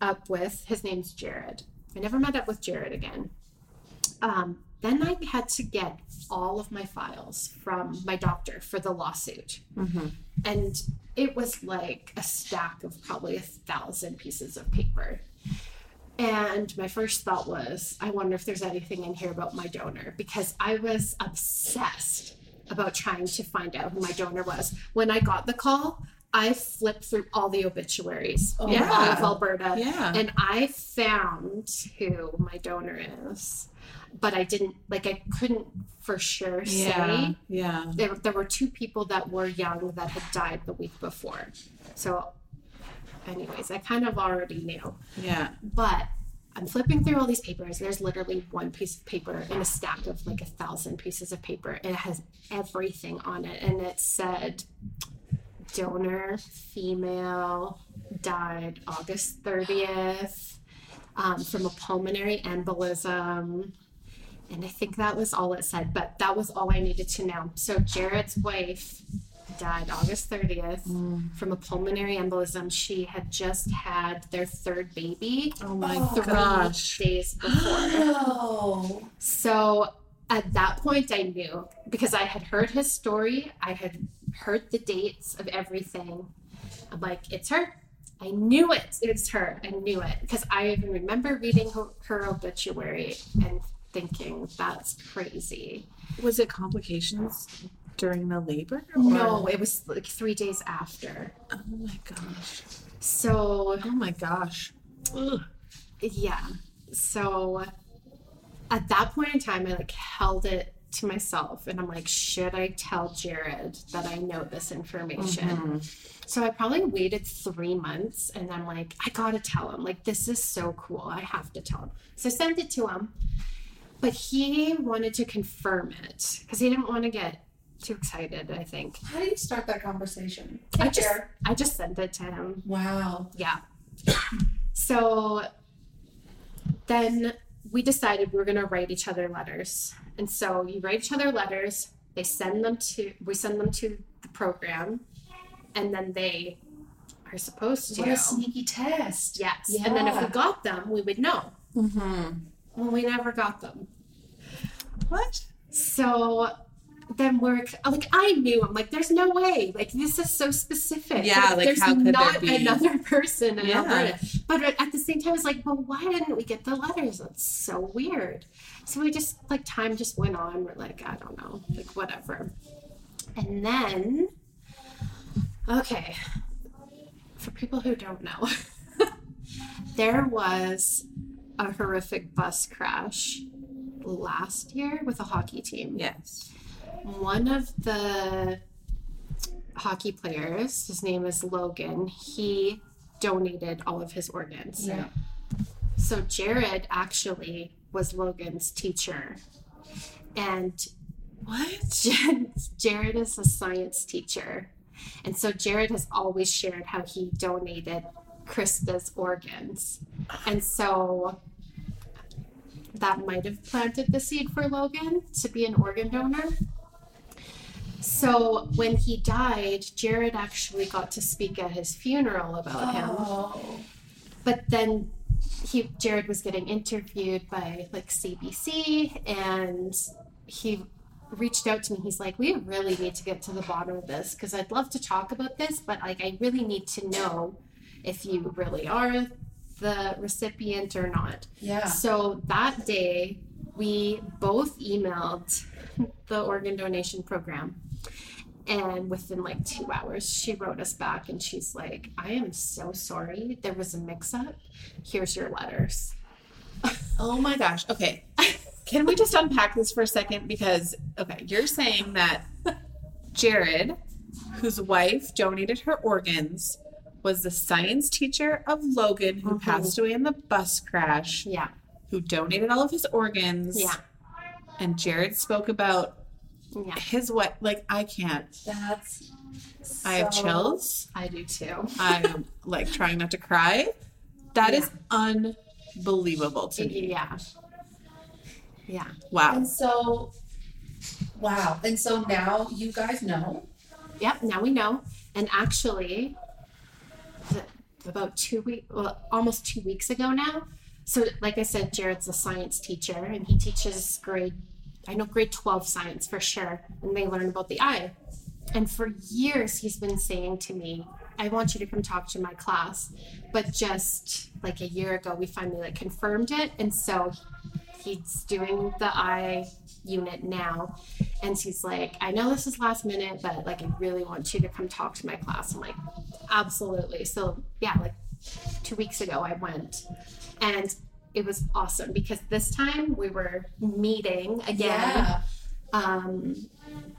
up with his name's Jared. I never met up with Jared again. Um, then I had to get all of my files from my doctor for the lawsuit,
Mhm.
and it was like a stack of probably a thousand pieces of paper. And my first thought was, I wonder if there's anything in here about my donor because I was obsessed about trying to find out who my donor was. When I got the call, I flipped through all the obituaries in
Yeah.
all of Alberta
Yeah.
and I found who my donor is, but I didn't, like, I couldn't for sure say.
Yeah. Yeah.
There, there were two people that were young that had died the week before. So, anyways, I kind of already knew.
Yeah.
But I'm flipping through all these papers. There's literally one piece of paper in a stack of like a thousand pieces of paper. and It has everything on it. And it said donor, female, died August 30th um, from a pulmonary embolism. And I think that was all it said, but that was all I needed to know. So Jared's wife died August 30th from a pulmonary embolism. She had just had their third baby
Oh my
three
*gasps*
days before. *gasps*
Oh.
so at that point, I knew because I had heard his story, I had heard the dates of everything. I'm like, it's her. I knew it. It's her. I knew it because I even remember reading her, her obituary and thinking that's crazy.
Was it complications during the labor?
No, it was like three days after.
Oh my gosh.
So
Oh my gosh. Ugh.
yeah so at that point in time i like held it to myself and i'm like should i tell jared that i know this information so i probably waited three months and i'm like i gotta tell him like this is so cool i have to tell him so i sent it to him but he wanted to confirm it because he didn't want to get too excited i think
How do you start that conversation?
I
Take
just-
care.
i just sent it to him
Wow.
yeah. so then we decided we were going to write each other letters. And so you write each other letters, they send them to we send them to the program and then they are supposed to
What a sneaky test.
Yes. And then if we
Yeah.
got them, we would know.
Mm-hmm.
Well, we never got them.
What?
So then we're like, I knew. I'm like, there's no way. Like, this is so specific.
Yeah, like,
there's
how could there
not
be?
another *laughs* person in
Yeah.
Alberta. But at the same time, it's like, well, why didn't we get the letters? That's so weird. So we just like time just went on. We're like, I don't know, like whatever. And then, okay, for people who don't know, *laughs* there was a horrific bus crash last year with a hockey team
Yes.
one of the hockey players, his name is Logan, he donated all of his organs.
Yeah.
So Jared actually was Logan's teacher. And
What?
Jan- *laughs* Jared is a science teacher. And so Jared has always shared how he donated Krista's organs. And so that might have planted the seed for Logan to be an organ donor. So when he died, Jared actually got to speak at his funeral about him. But then he Jared was getting interviewed by like CBC and he reached out to me. He's like, "We really need to get to the bottom of this because I'd love to talk about this, but like I really need to know if you really are the recipient or not."
Yeah.
So that day, we both emailed the organ donation program. And within like two hours, she wrote us back and she's like, I am so sorry. There was a mix up. Here's your letters.
Oh my gosh. Okay. Can we just unpack this for a second? Because, okay, you're saying that Jared, whose wife donated her organs, was the science teacher of Logan, who passed away in the bus crash,
Mm-hmm. Yeah.
who donated all of his organs.
Yeah.
And Jared spoke about
Yeah.
his wife. Like, I can't.
That's.
I have
so-
chills.
I do too.
I'm like trying not to cry. That is unbelievable to me.
Yeah. Yeah.
Wow.
And so, wow. And so now you guys know.
Yep, now we know. And actually, th- about two weeks, well, almost two weeks ago now. So, like I said, Jared's a science teacher and he teaches grade, I know grade 12 science for sure. And they learn about the eye. And for years, he's been saying to me, I want you to come talk to my class. But just like a year ago, we finally like confirmed it. And so he's doing the eye unit now. And she's like, I know this is last minute, but like, I really want you to come talk to my class. I'm like, absolutely. So, yeah, like two weeks ago, I went and it was awesome because this time we were meeting again.
Yeah.
Um,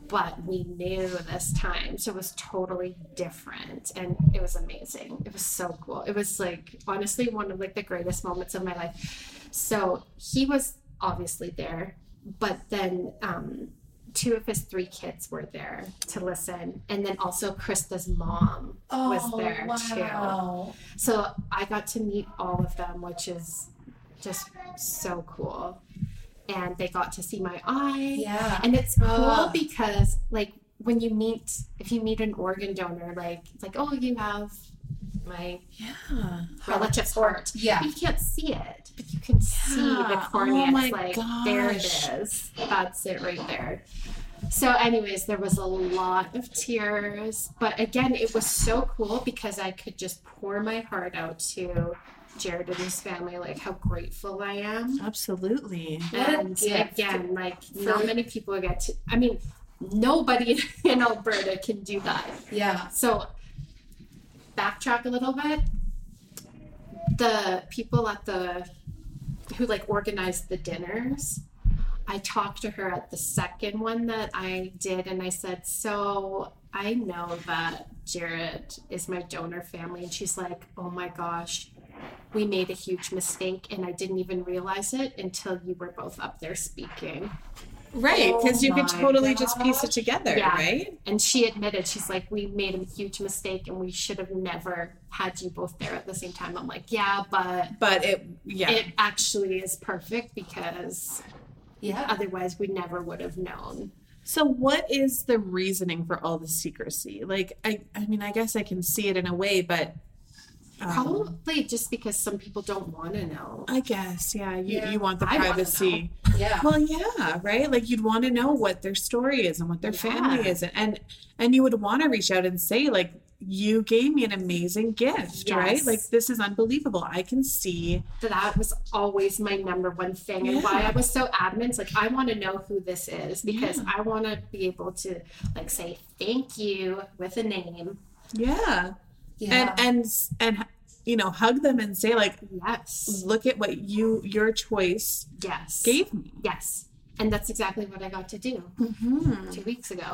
but we knew this time, so it was totally different, and it was amazing. It was so cool. It was like honestly one of like the greatest moments of my life. So he was obviously there, but then um, two of his three kids were there to listen, and then also Krista's mom
Oh,
was there too.
wow.
So I got to meet all of them, which is just so cool. And they got to see my eye.
Yeah.
And it's cool
Ah.
because like when you meet if you meet an organ donor, like it's like, oh you have my
Yeah.
relative's heart.
Yeah.
You can't see it, but you can see the
Yeah. Oh
cornea.
my
It's like there
gosh.
it is. That's it right there. So, anyways, there was a lot of tears, but again, it was so cool because I could just pour my heart out to Jared and his family, like how grateful I am
Absolutely.
What a
and
gift.
again, like not many people get to. I mean, nobody *laughs* in Alberta can do that.
Yeah.
So, backtrack a little bit. The people at the who like organized the dinners. I talked to her at the second one that I did, and I said, "So I know that Jared is my donor family," and she's like, "Oh my gosh." We made a huge mistake, and I didn't even realize it until you were both up there speaking.
Right, because you could
my
totally just piece it together,
Oh, Yeah.
right?
And she admitted, she's like, we made a huge mistake and we should have never had you both there at the same time. I'm like, yeah, but
But it, yeah,
it actually is perfect because
Yeah.
otherwise we never would have known.
So what is the reasoning for all the secrecy? Like I I mean I guess I can see it in a way but um,
Uh-huh.
Probably just because some people don't want to know.
I guess yeah you
Yeah.
you want the
I wanna
privacy.
Yeah.
Well yeah, right? Like you'd want to know what their story is and what their family
Yeah.
is and and, and you would want to reach out and say like you gave me an amazing gift, right?
Yes.
Like this is unbelievable. I can see
That was always my number one thing and why I was so adamant. Like, I want to know who this is because I want to be able to, like, say thank you with a name.
yeah.
Yeah.
And and and you know, hug them and say like
Yes.
Mm-hmm.
look at what you your choice
Yes.
gave me.
Yes. And that's exactly what I got to do.
Mm-hmm.
two weeks ago,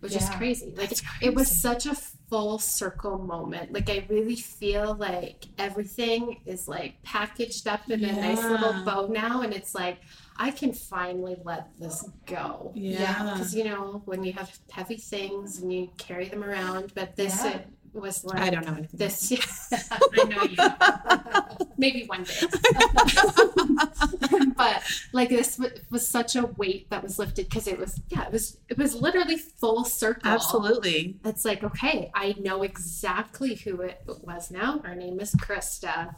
which is
Yeah.
crazy. Like it was such a full circle moment. Like I really feel like everything is like packaged up in a nice
Yeah.
little bow now, and it's like I can finally let this go.
Yeah.
Because you know when you have heavy things and you carry them around, but this
Yeah.
it was like
I don't know anything.
this. I know you. Maybe
*laughs*
one day. but like this wa- was such a weight that was lifted because it was yeah it was it was literally full circle.
Absolutely.
It's like okay, I know exactly who it was now. Her name is Krista,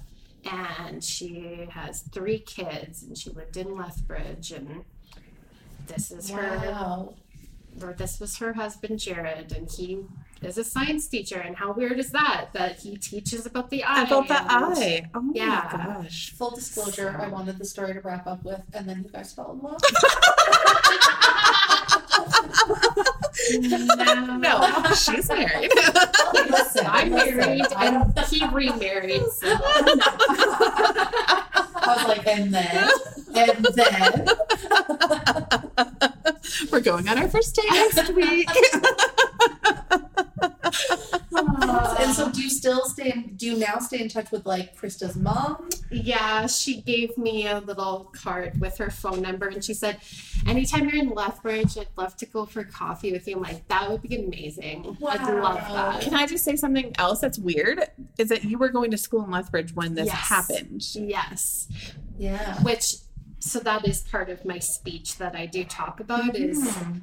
and she has three kids, and she lived in Lethbridge, and this is her
Wow.
or this was her husband Jared, and he is a science teacher. And how weird is that that he teaches about the eye?
About the
and-
eye. Oh
Yeah.
my gosh.
Full disclosure, I wanted the story to wrap up with, and then you guys fell in
*laughs*
love.
No,
No, she's married.
listen,
I'm
listen,
married,
I
and he remarried. So
I was like, and then, and then.
We're going on our first date next week.
and so, do you still stay? In, do you now stay in touch with like Krista's mom?
yeah, she gave me a little card with her phone number, and she said, "Anytime you're in Lethbridge, I'd love to go for coffee with you." I'm like, "That would be amazing. I'd love that."
Can I just say something else that's weird? Is that you were going to school in Lethbridge when this
Yes.
happened.
Yes.
Yeah.
which so that is part of my speech that I do talk about is
Hmm.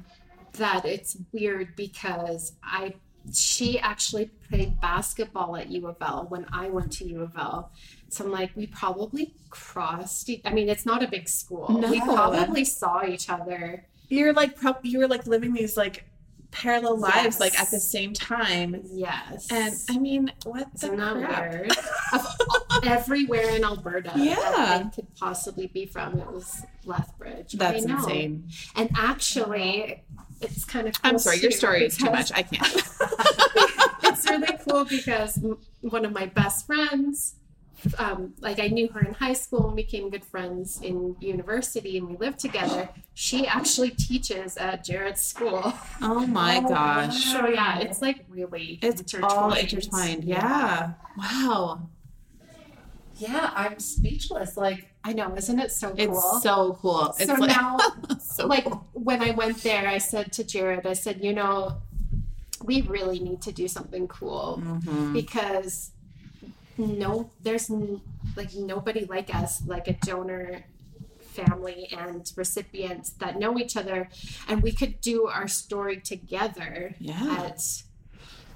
that it's weird because I she actually played basketball at U of L when I went to U of L. So I'm like, we probably crossed. e- I mean, it's not a big school. We
No.
probably saw each other.
You're like prob- you were like living these like parallel lives
Yes.
like at the same time.
Yes.
And I mean, what the
Isn't that
crap? *laughs*
weird? of all- everywhere in Alberta that
Yeah.
I could possibly be from, it was Lethbridge. I
That's
know.
insane.
And actually, it's kind of.
I'm
cool
sorry, your
too,
story is too
because-
much. I can't.
*laughs* it's really cool because m- one of my best friends, um, like I knew her in high school and became good friends in university and we lived together. She actually teaches at Jared's school.
Oh my gosh.
*laughs* So yeah, it's like really
It's all intertwined. Yeah. Wow.
Yeah, I'm speechless. Like,
I know, isn't it so
It's
cool?
so cool. It's
so
like
now
so
like when I went there, I said to Jared, I said, you know, we really need to do something cool
Mm-hmm.
because no, there's n- like nobody like us, like a donor family and recipients that know each other, and we could do our story together
Yeah.
at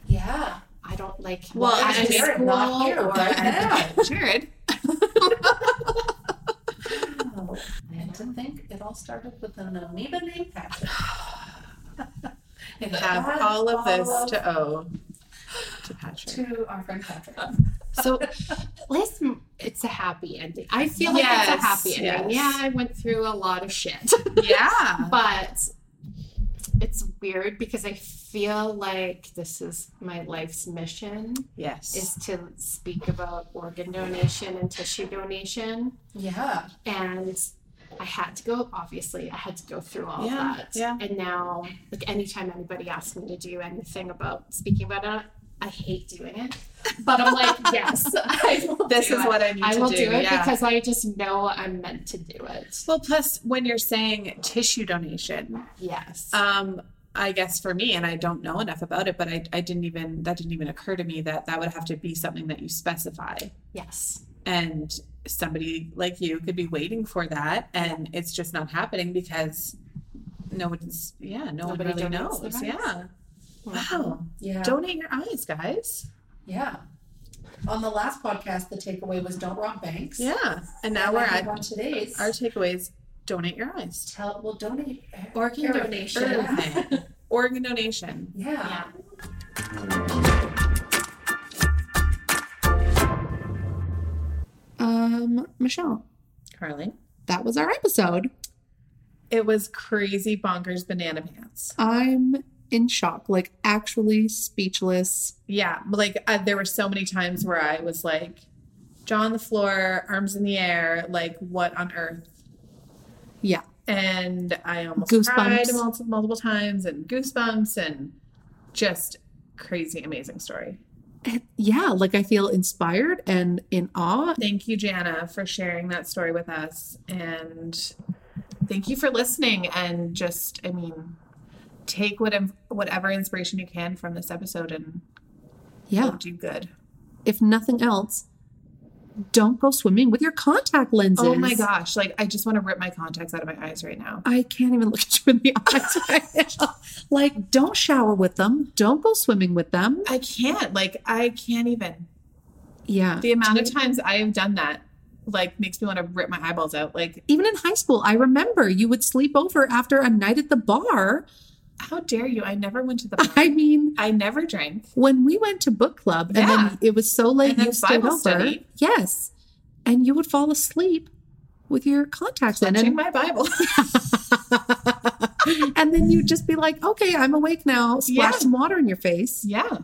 yeah.
I don't like
Ah. Well,
at
and
a
Jared
school
not here,
or
but-
*laughs*
at-
Jared.
Oh, and to think it all started with an amoeba named Patrick.
And have all of this to owe *gasps* to
*laughs*
Patrick.
to our friend Patrick.
So at least m- it's a happy ending. I feel like
Yes,
it's a happy ending.
yes. Uh.
Yeah, I went through a lot of shit.
Yeah.
but it's weird because I feel like this is my life's mission
Yes.
is to speak about organ donation and tissue donation.
Yeah.
And I had to go, obviously, I had to go through all
Yeah,
of that.
yeah.
And now, like, anytime anybody asks me to do anything about speaking about it, I hate doing it. But
*laughs*
I'm like, yes, I will
This
do
is
it.
what I need
I
to
will
do.
do, it
yeah.
because I just know I'm meant to do it.
well, plus when you're saying tissue donation,
Yes.
um, I guess for me, and I don't know enough about it, but I, I didn't even that didn't even occur to me that that would have to be something that you specify.
yes.
and somebody like you could be waiting for that and it's just not happening because no one's yeah no
Nobody
one really
donates their
knows
eyes.
yeah wow
Yeah.
donate your eyes guys
yeah. On the last podcast, the takeaway was don't rob banks.
yeah and now
And
we're
I
at
think on today's.
our takeaways donate your eyes
tell we'll donate.
Organ
Every-
*laughs*
donation.
Everything. organ donation
Yeah.
Yeah.
Um, Michelle,
carly
that was our episode.
it was crazy bonkers banana pants
I'm in shock, like actually speechless.
yeah like uh, there were so many times where i was like jaw on the floor arms in the air like what on earth
Yeah.
and i almost
Goosebumps.
cried multiple, multiple times and goosebumps and just crazy amazing story
And yeah, like I feel inspired and in awe.
thank you jana for sharing that story with us and thank you for listening and just i mean take whatever whatever inspiration you can from this episode and
Yeah.
will do good.
If nothing else, don't go swimming with your contact lenses.
Oh my gosh! Like I just want to rip my contacts out of my eyes right now.
I can't even look at you in the eyes. right
*laughs*
now. like, don't shower with them. Don't go swimming with them.
I can't. Like I can't even.
Yeah.
The amount of times I have done that, like, makes me want to rip my eyeballs out. Like,
Even in high school, I remember you would sleep over after a night at the bar.
how dare you? I never went to the.
*laughs* I mean,
I never drank.
when we went to book club and
Yeah.
then it was so late
And then
you stayed
Bible
over.
study.
Yes. And you would fall asleep with your contacts in
Clutching
and,
my Bible. *laughs*
and then you'd just be like, okay, I'm awake now. Splash
Yeah.
some water in your face.
yeah.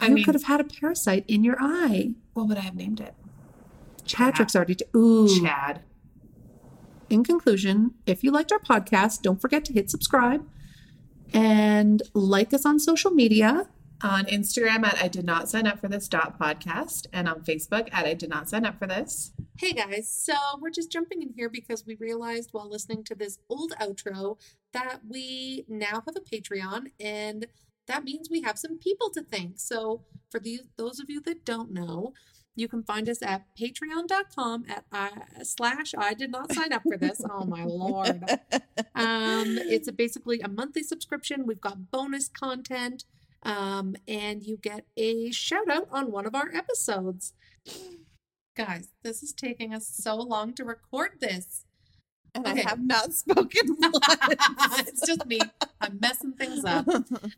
I
you
mean,
could have had a parasite in your eye.
what would I have named it?
Patrick's already. T- Ooh.
Chad.
In conclusion, if you liked our podcast, don't forget to hit subscribe and like us on social media.
on Instagram at I did not sign up for this dot podcast and on Facebook at I did not sign up for this.
Hey guys, so we're just jumping in here because we realized while listening to this old outro
that we now have a Patreon, and that means we have some people to thank. So, for the, those of you that don't know, you can find us at patreon.com at I, slash I did not sign up for this. oh my lord! Um, it's a, basically a monthly subscription. We've got bonus content, um, and you get a shout out on one of our episodes. Guys, this is taking us so long to record this.
*laughs*
*laughs*
And
Okay.
I have
*laughs*
not spoken once.
it's just me. I'm messing things up.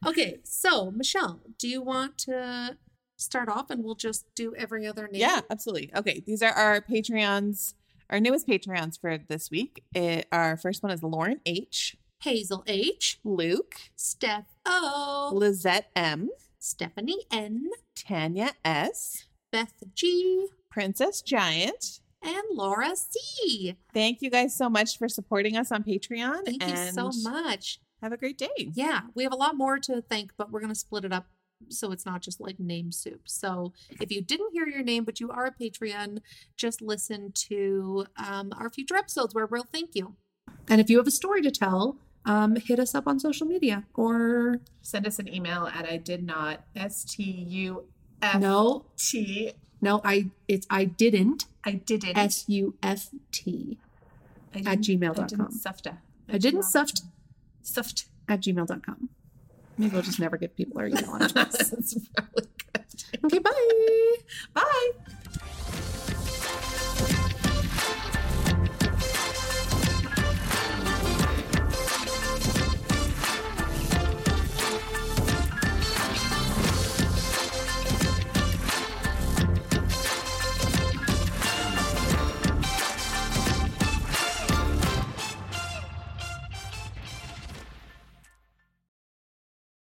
Okay, so Michelle, do you want to start off and we'll just do every other name?
Yeah, absolutely. Okay, these are our Patreons, our newest Patreons for this week. It, our first one is Lauren H,
Hazel H,
Luke,
Steph
Oh.
O,
Lizette M,
Stephanie N,
Tanya S,
Beth G,
Princess Giant.
and Laura C.
Thank you guys so much for supporting us on Patreon.
Thank you
and
so much.
Have a great day.
Yeah, we have a lot more to thank, but we're going to split it up so it's not just like name soup. So if you didn't hear your name, but you are a Patreon, just listen to um, our future episodes where we'll thank you.
And if you have a story to tell, um, hit us up on social media or
Send us an email at I did not S T U F
no,
T
no, I it's I didn't
I didn't
S U F T
I
at
didn't, I didn't
gmail.com.
sufta.
I didn't suft
*laughs* suft.
at
*laughs*
gmail.com. Maybe I'll just never give people our email address.
That's probably good.
Okay, bye.